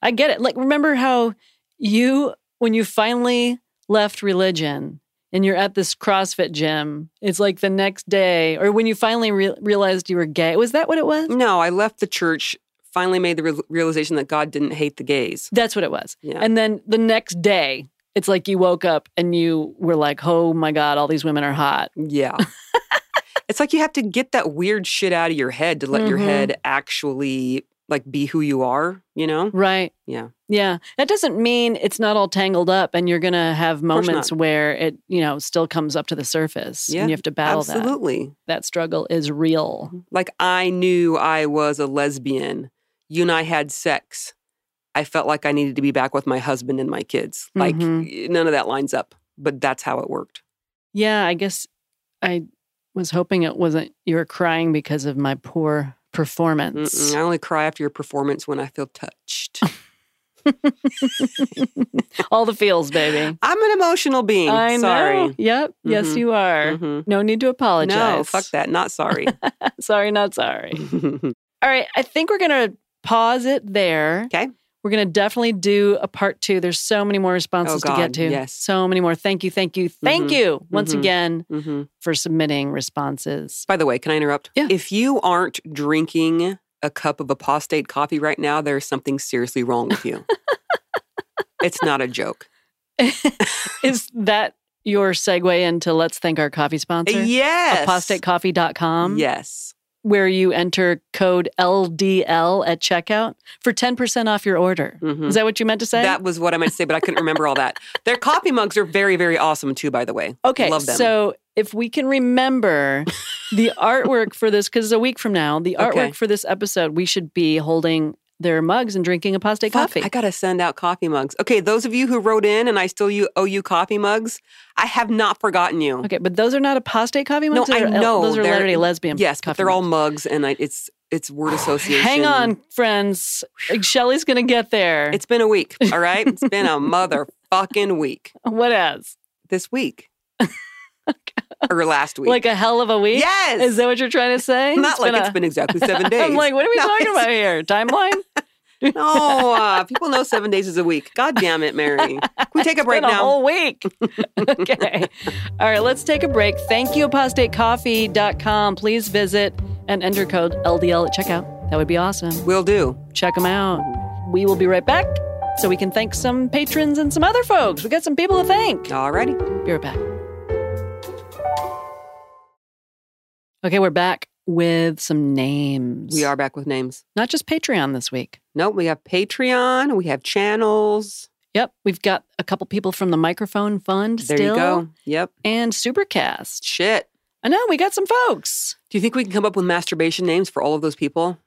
Speaker 1: I get it. Like remember how you when you finally left religion and you're at this CrossFit gym, it's like the next day or when you finally re- realized you were gay. Was that what it was?
Speaker 2: No, I left the church, finally made the re- realization that God didn't hate the gays.
Speaker 1: That's what it was.
Speaker 2: Yeah.
Speaker 1: And then the next day, it's like you woke up and you were like, oh my God, all these women are hot.
Speaker 2: Yeah. it's like you have to get that weird shit out of your head to let your
Speaker 1: Mhm.
Speaker 2: head actually like be who you are, you know?
Speaker 1: Right.
Speaker 2: Yeah.
Speaker 1: Yeah. That doesn't mean it's not all tangled up and you're going to have
Speaker 2: course
Speaker 1: moments where it, you know, still comes up to the surface
Speaker 2: Yeah, Mm-hmm.
Speaker 1: and you have to battle that.
Speaker 2: Absolutely.
Speaker 1: That struggle is real.
Speaker 2: Like I knew I was a lesbian. You and I had sex. I felt like I needed to be back with my husband and my kids. Like
Speaker 1: Mhm.
Speaker 2: none of that lines up, but that's how it worked.
Speaker 1: Yeah. I guess I was hoping it wasn't you were crying because of my poor performance.
Speaker 2: Mm-mm, I only cry after your performance when I feel touched.
Speaker 1: All the feels, baby.
Speaker 2: I'm an emotional being.
Speaker 1: I
Speaker 2: sorry.
Speaker 1: know. Yep. Yes,
Speaker 2: Mhm.
Speaker 1: you are.
Speaker 2: Mhm.
Speaker 1: No need to apologize.
Speaker 2: No, fuck that. Not sorry. Mm-hmm.
Speaker 1: Sorry, not sorry. All right. I think we're going to pause it there.
Speaker 2: Okay.
Speaker 1: We're going to definitely do a part two. There's so many more responses
Speaker 2: Oh, God,
Speaker 1: to get to.
Speaker 2: yes.
Speaker 1: So many more. Thank you. Thank you. Thank
Speaker 2: Mhm,
Speaker 1: you once
Speaker 2: mhm.
Speaker 1: again
Speaker 2: hmm
Speaker 1: for submitting responses.
Speaker 2: By the way, can I interrupt?
Speaker 1: Yeah.
Speaker 2: If you aren't drinking a cup of apostate coffee right now, there's something seriously wrong with you. it's not a joke.
Speaker 1: Is that your segue into let's thank our coffee sponsor?
Speaker 2: Yes.
Speaker 1: ApostateCoffee.com,
Speaker 2: Yes.
Speaker 1: where you enter code LDL at checkout for 10% off your order.
Speaker 2: Mhm.
Speaker 1: Is that what you meant to say?
Speaker 2: That was what I meant to say, but I couldn't remember all that. Their coffee mugs are very, very awesome too, by the way.
Speaker 1: Okay,
Speaker 2: Love them.
Speaker 1: so if we can remember the artwork for this, because a week from now, the artwork
Speaker 2: Okay.
Speaker 1: for this episode, we should be holding their mugs and drinking apostate
Speaker 2: Fuck,
Speaker 1: coffee.
Speaker 2: I gotta send out coffee mugs. Okay, those of you who wrote in and I still you owe you coffee mugs, I have not forgotten you.
Speaker 1: okay, but those are not apostate coffee
Speaker 2: No,
Speaker 1: mugs. Those
Speaker 2: I
Speaker 1: are L-
Speaker 2: know,
Speaker 1: those are
Speaker 2: they're-
Speaker 1: literally lesbian.
Speaker 2: Yes, but
Speaker 1: coffee
Speaker 2: they're all
Speaker 1: mugs.
Speaker 2: mugs and I, it's it's word association.
Speaker 1: Hang on, friends. Shelly's gonna get there.
Speaker 2: It's been a week, all right? It's been a motherfucking week
Speaker 1: what else?
Speaker 2: this week. or last week.
Speaker 1: Like a hell of a week.
Speaker 2: yes.
Speaker 1: Is that what you're trying to say?
Speaker 2: not
Speaker 1: It's
Speaker 2: like
Speaker 1: been
Speaker 2: it's
Speaker 1: a-
Speaker 2: been exactly seven days.
Speaker 1: I'm like, what are we
Speaker 2: No,
Speaker 1: talking
Speaker 2: it's-
Speaker 1: about here? Timeline?
Speaker 2: no, uh, people know seven days is a week. God damn it, Mary. Can we take a break
Speaker 1: been a
Speaker 2: now?
Speaker 1: whole week. okay. All right, let's take a break. Thank you, apostatecoffee.com. Please visit and enter code LDL at checkout. That would be awesome.
Speaker 2: Will do.
Speaker 1: Check them out. We will be right back so we can thank some patrons and some other folks. We got some people to thank.
Speaker 2: All righty.
Speaker 1: Be right back. Okay, we're back with some names.
Speaker 2: We are back with names.
Speaker 1: not just Patreon this week.
Speaker 2: Nope, we have Patreon, we have channels.
Speaker 1: Yep, we've got a couple people from the Microphone Fund
Speaker 2: There
Speaker 1: still
Speaker 2: you go. Yep.
Speaker 1: and Supercast.
Speaker 2: Shit.
Speaker 1: I know we got some folks.
Speaker 2: Do you think we can come up with masturbation names for all of those people?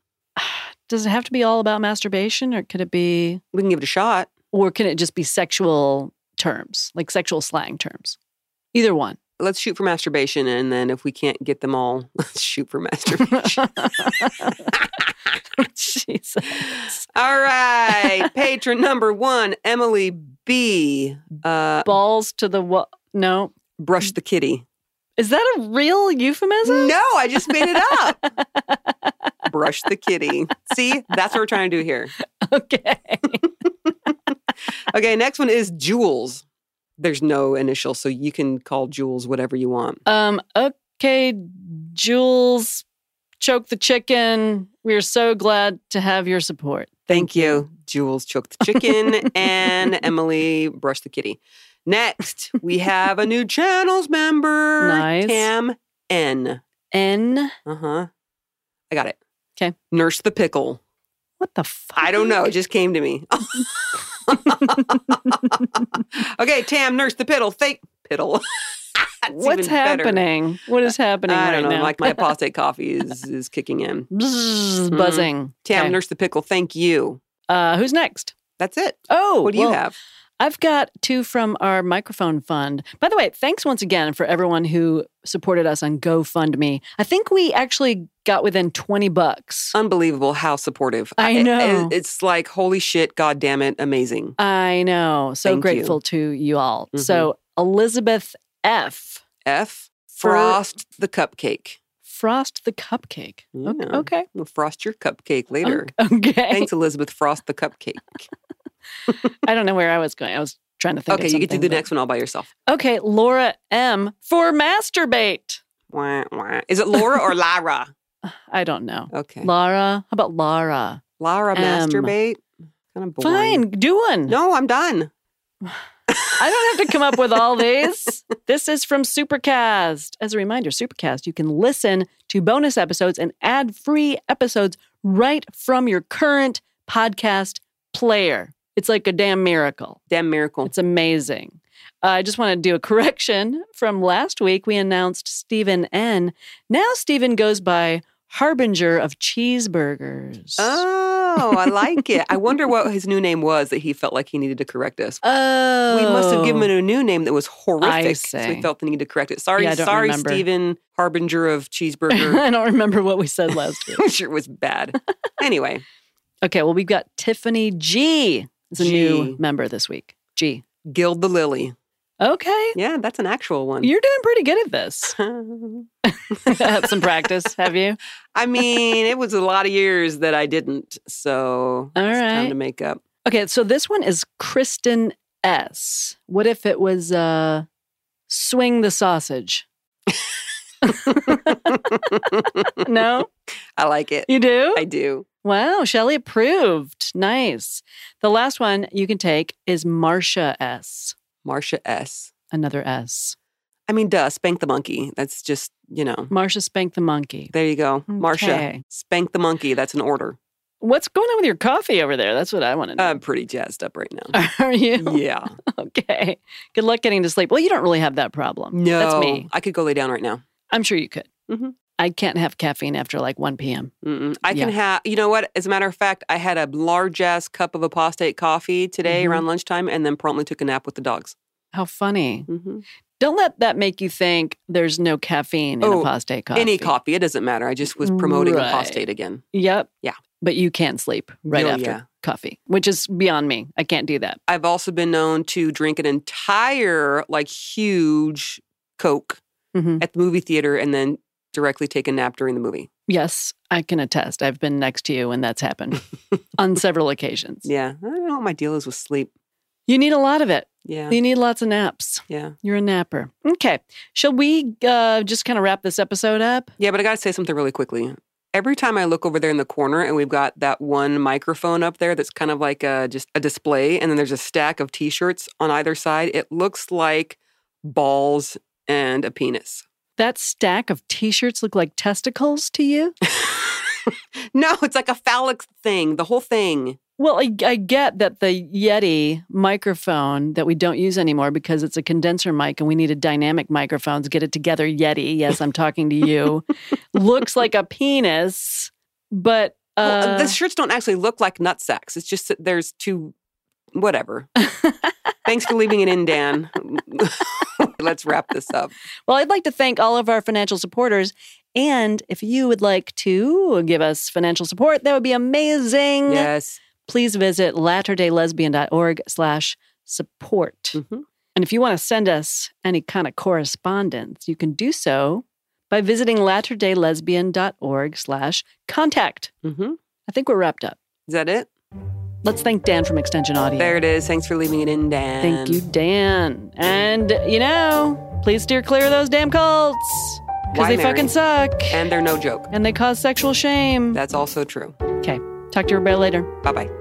Speaker 1: Does it have to be all about masturbation or could it be
Speaker 2: We can give it a shot.
Speaker 1: or can it just be sexual terms, like sexual slang terms? Either one.
Speaker 2: Let's shoot for masturbation, and then if we can't get them all, let's shoot for masturbation.
Speaker 1: Jesus.
Speaker 2: all right. Patron number one, Emily B. Uh,
Speaker 1: Balls to the wall. No.
Speaker 2: brush the kitty.
Speaker 1: Is that a real euphemism?
Speaker 2: No, I just made it up. brush the kitty. See, that's what we're trying to do here.
Speaker 1: Okay.
Speaker 2: Okay, next one is Jules. There's no initial, so you can call Jules whatever you want.
Speaker 1: Um, okay, Jules, choke the chicken. We are so glad to have your support.
Speaker 2: Thank you, Jules. Choke the chicken and Emily brush the kitty. Next, we have a new channels member,
Speaker 1: Nice.
Speaker 2: Tam N.
Speaker 1: N.
Speaker 2: Uh huh. I got it.
Speaker 1: 'Kay.
Speaker 2: Nurse the pickle.
Speaker 1: What the fuck?
Speaker 2: I don't know. It just came to me. okay, Tam, nurse the piddle. Thank piddle. That's
Speaker 1: What's
Speaker 2: even better.
Speaker 1: happening? What is happening
Speaker 2: I
Speaker 1: right
Speaker 2: don't know.
Speaker 1: now?
Speaker 2: Like my apostate coffee is is kicking in.
Speaker 1: Bzzz,
Speaker 2: Mhm.
Speaker 1: buzzing.
Speaker 2: Tam,
Speaker 1: Okay.
Speaker 2: nurse the pickle. Thank you.
Speaker 1: Uh, who's next?
Speaker 2: That's it.
Speaker 1: Oh,
Speaker 2: What do you
Speaker 1: well,
Speaker 2: have?
Speaker 1: I've got two from our microphone fund. By the way, thanks once again for everyone who supported us on GoFundMe. I think we actually got within twenty bucks.
Speaker 2: Uh, Unbelievable how supportive.
Speaker 1: I know.
Speaker 2: it's like holy shit, god damn it, amazing.
Speaker 1: I know. So
Speaker 2: Thank you.
Speaker 1: grateful to you all.
Speaker 2: Mhm.
Speaker 1: So Elizabeth F.
Speaker 2: F
Speaker 1: For-
Speaker 2: frost the cupcake.
Speaker 1: Frost the cupcake. O-
Speaker 2: Yeah.
Speaker 1: Okay.
Speaker 2: We'll frost your cupcake later.
Speaker 1: Okay.
Speaker 2: Thanks, Elizabeth. Frost the cupcake.
Speaker 1: I don't know where I was going. I was trying to think. of
Speaker 2: okay, you get to
Speaker 1: something,
Speaker 2: do the
Speaker 1: but-
Speaker 2: next one all by yourself.
Speaker 1: Okay, Laura M. for masturbate.
Speaker 2: Wah, wah. Is it Laura or Lara?
Speaker 1: I don't know.
Speaker 2: Okay.
Speaker 1: Lara, how about Lara?
Speaker 2: Lara
Speaker 1: M.
Speaker 2: masturbate. Kind of boring.
Speaker 1: Um, Fine, do one.
Speaker 2: No, I'm done.
Speaker 1: I don't have to come up with all these. this is from Supercast. As a reminder, Supercast, you can listen to bonus episodes and ad free episodes right from your current podcast player. It's like a damn miracle.
Speaker 2: Damn miracle.
Speaker 1: It's amazing. Uh, I just want to do a correction from last week. We announced Stephen N. Now Stephen goes by harbinger of cheeseburgers.
Speaker 2: Oh, I like it. I wonder what his new name was that he felt like he needed to correct us.
Speaker 1: Oh.
Speaker 2: We must have given him a new name that was horrific.
Speaker 1: I
Speaker 2: So
Speaker 1: see.
Speaker 2: we felt the need to correct it. Sorry,
Speaker 1: Yeah, I don't
Speaker 2: sorry,
Speaker 1: remember.
Speaker 2: Stephen Harbinger of Cheeseburger.
Speaker 1: I don't remember what we said last week.
Speaker 2: I'm sure it was bad. Anyway,
Speaker 1: Okay, well, we've got Tiffany G is a
Speaker 2: G.
Speaker 1: new member this week. G.
Speaker 2: Gild the Lily.
Speaker 1: Okay.
Speaker 2: Yeah, that's an actual one.
Speaker 1: You're doing pretty good at this. Had some practice, have you?
Speaker 2: I mean, it was a lot of years that I didn't. So
Speaker 1: All
Speaker 2: it's time
Speaker 1: right.
Speaker 2: to make up.
Speaker 1: Okay, so this one is Kristen S. What if it was uh, swing the sausage? no,
Speaker 2: I like it.
Speaker 1: you do?
Speaker 2: I do.
Speaker 1: Wow, Shelly approved. Nice. The last one you can take is Marcia S.
Speaker 2: Marsha S.
Speaker 1: Another S.
Speaker 2: I mean, duh, spank the monkey. That's just, you know,
Speaker 1: Marcia Spank the Monkey.
Speaker 2: there you go. Marsha,
Speaker 1: Okay.
Speaker 2: spank the monkey. That's an order.
Speaker 1: What's going on with your coffee over there? That's what I want to know.
Speaker 2: I'm pretty jazzed up right now.
Speaker 1: Are you?
Speaker 2: yeah.
Speaker 1: Okay. Good luck getting to sleep. Well, you don't really have that problem.
Speaker 2: No.
Speaker 1: That's me.
Speaker 2: I could go lay down right now.
Speaker 1: I'm sure you could.
Speaker 2: Mhm.
Speaker 1: I can't have caffeine after like 1 p.m.
Speaker 2: Mm-mm. I can have, you know what? As a matter of fact, I had a large ass cup of apostate coffee today
Speaker 1: Mhm.
Speaker 2: around lunchtime and then promptly took a nap with the dogs.
Speaker 1: How funny.
Speaker 2: hmm
Speaker 1: Don't let that make you think there's no caffeine in
Speaker 2: Oh,
Speaker 1: apostate coffee.
Speaker 2: Any coffee, it doesn't matter. I just was promoting
Speaker 1: Right.
Speaker 2: apostate again.
Speaker 1: Yep.
Speaker 2: Yeah.
Speaker 1: But you can't sleep right
Speaker 2: Oh,
Speaker 1: after
Speaker 2: yeah.
Speaker 1: coffee, which is beyond me. I can't do that.
Speaker 2: I've also been known to drink an entire, like, huge Coke
Speaker 1: Mhm.
Speaker 2: at the movie theater and then directly take a nap during the movie.
Speaker 1: Yes, I can attest. I've been next to you and that's happened on several occasions.
Speaker 2: Yeah. I don't know what my deal is with sleep.
Speaker 1: You need a lot of it.
Speaker 2: Yeah.
Speaker 1: You need lots of naps.
Speaker 2: Yeah.
Speaker 1: You're a napper. Okay. Shall we uh, just kind of wrap this episode up?
Speaker 2: Yeah, but I got to say something really quickly. Every time I look over there in the corner and we've got that one microphone up there that's kind of like a, just a display, and then there's a stack of t shirts on either side, it looks like balls and a penis.
Speaker 1: That stack of t shirts look like testicles to you?
Speaker 2: No, it's like a phallic thing, the whole thing.
Speaker 1: Well, I, I get that the Yeti microphone that we don't use anymore because it's a condenser mic and we needed dynamic microphones. Get it together, Yeti. Yes, I'm talking to you. Looks like a penis, but
Speaker 2: Well,
Speaker 1: uh,
Speaker 2: the shirts don't actually look like nut sacks. It's just that there's two, whatever. Thanks for leaving it in, Dan. Let's wrap this up.
Speaker 1: well, I'd like to thank all of our financial supporters. And if you would like to give us financial support, that would be amazing.
Speaker 2: Yes.
Speaker 1: Please visit latterdaylesbian.org slash support.
Speaker 2: Mhm.
Speaker 1: And if you want to send us any kind of correspondence, you can do so by visiting latterdaylesbian.org slash contact.
Speaker 2: Mhm.
Speaker 1: I think we're wrapped up.
Speaker 2: Is that it?
Speaker 1: Let's thank Dan from Extension Audio.
Speaker 2: There it is. Thanks for leaving it in, Dan.
Speaker 1: Thank you, Dan. And, you know, please steer clear of those damn cults because
Speaker 2: Why,
Speaker 1: they
Speaker 2: Mary?
Speaker 1: fucking suck
Speaker 2: And they're no joke.
Speaker 1: and they cause sexual shame.
Speaker 2: That's also true.
Speaker 1: Okay. Talk to everybody later.
Speaker 2: Bye bye.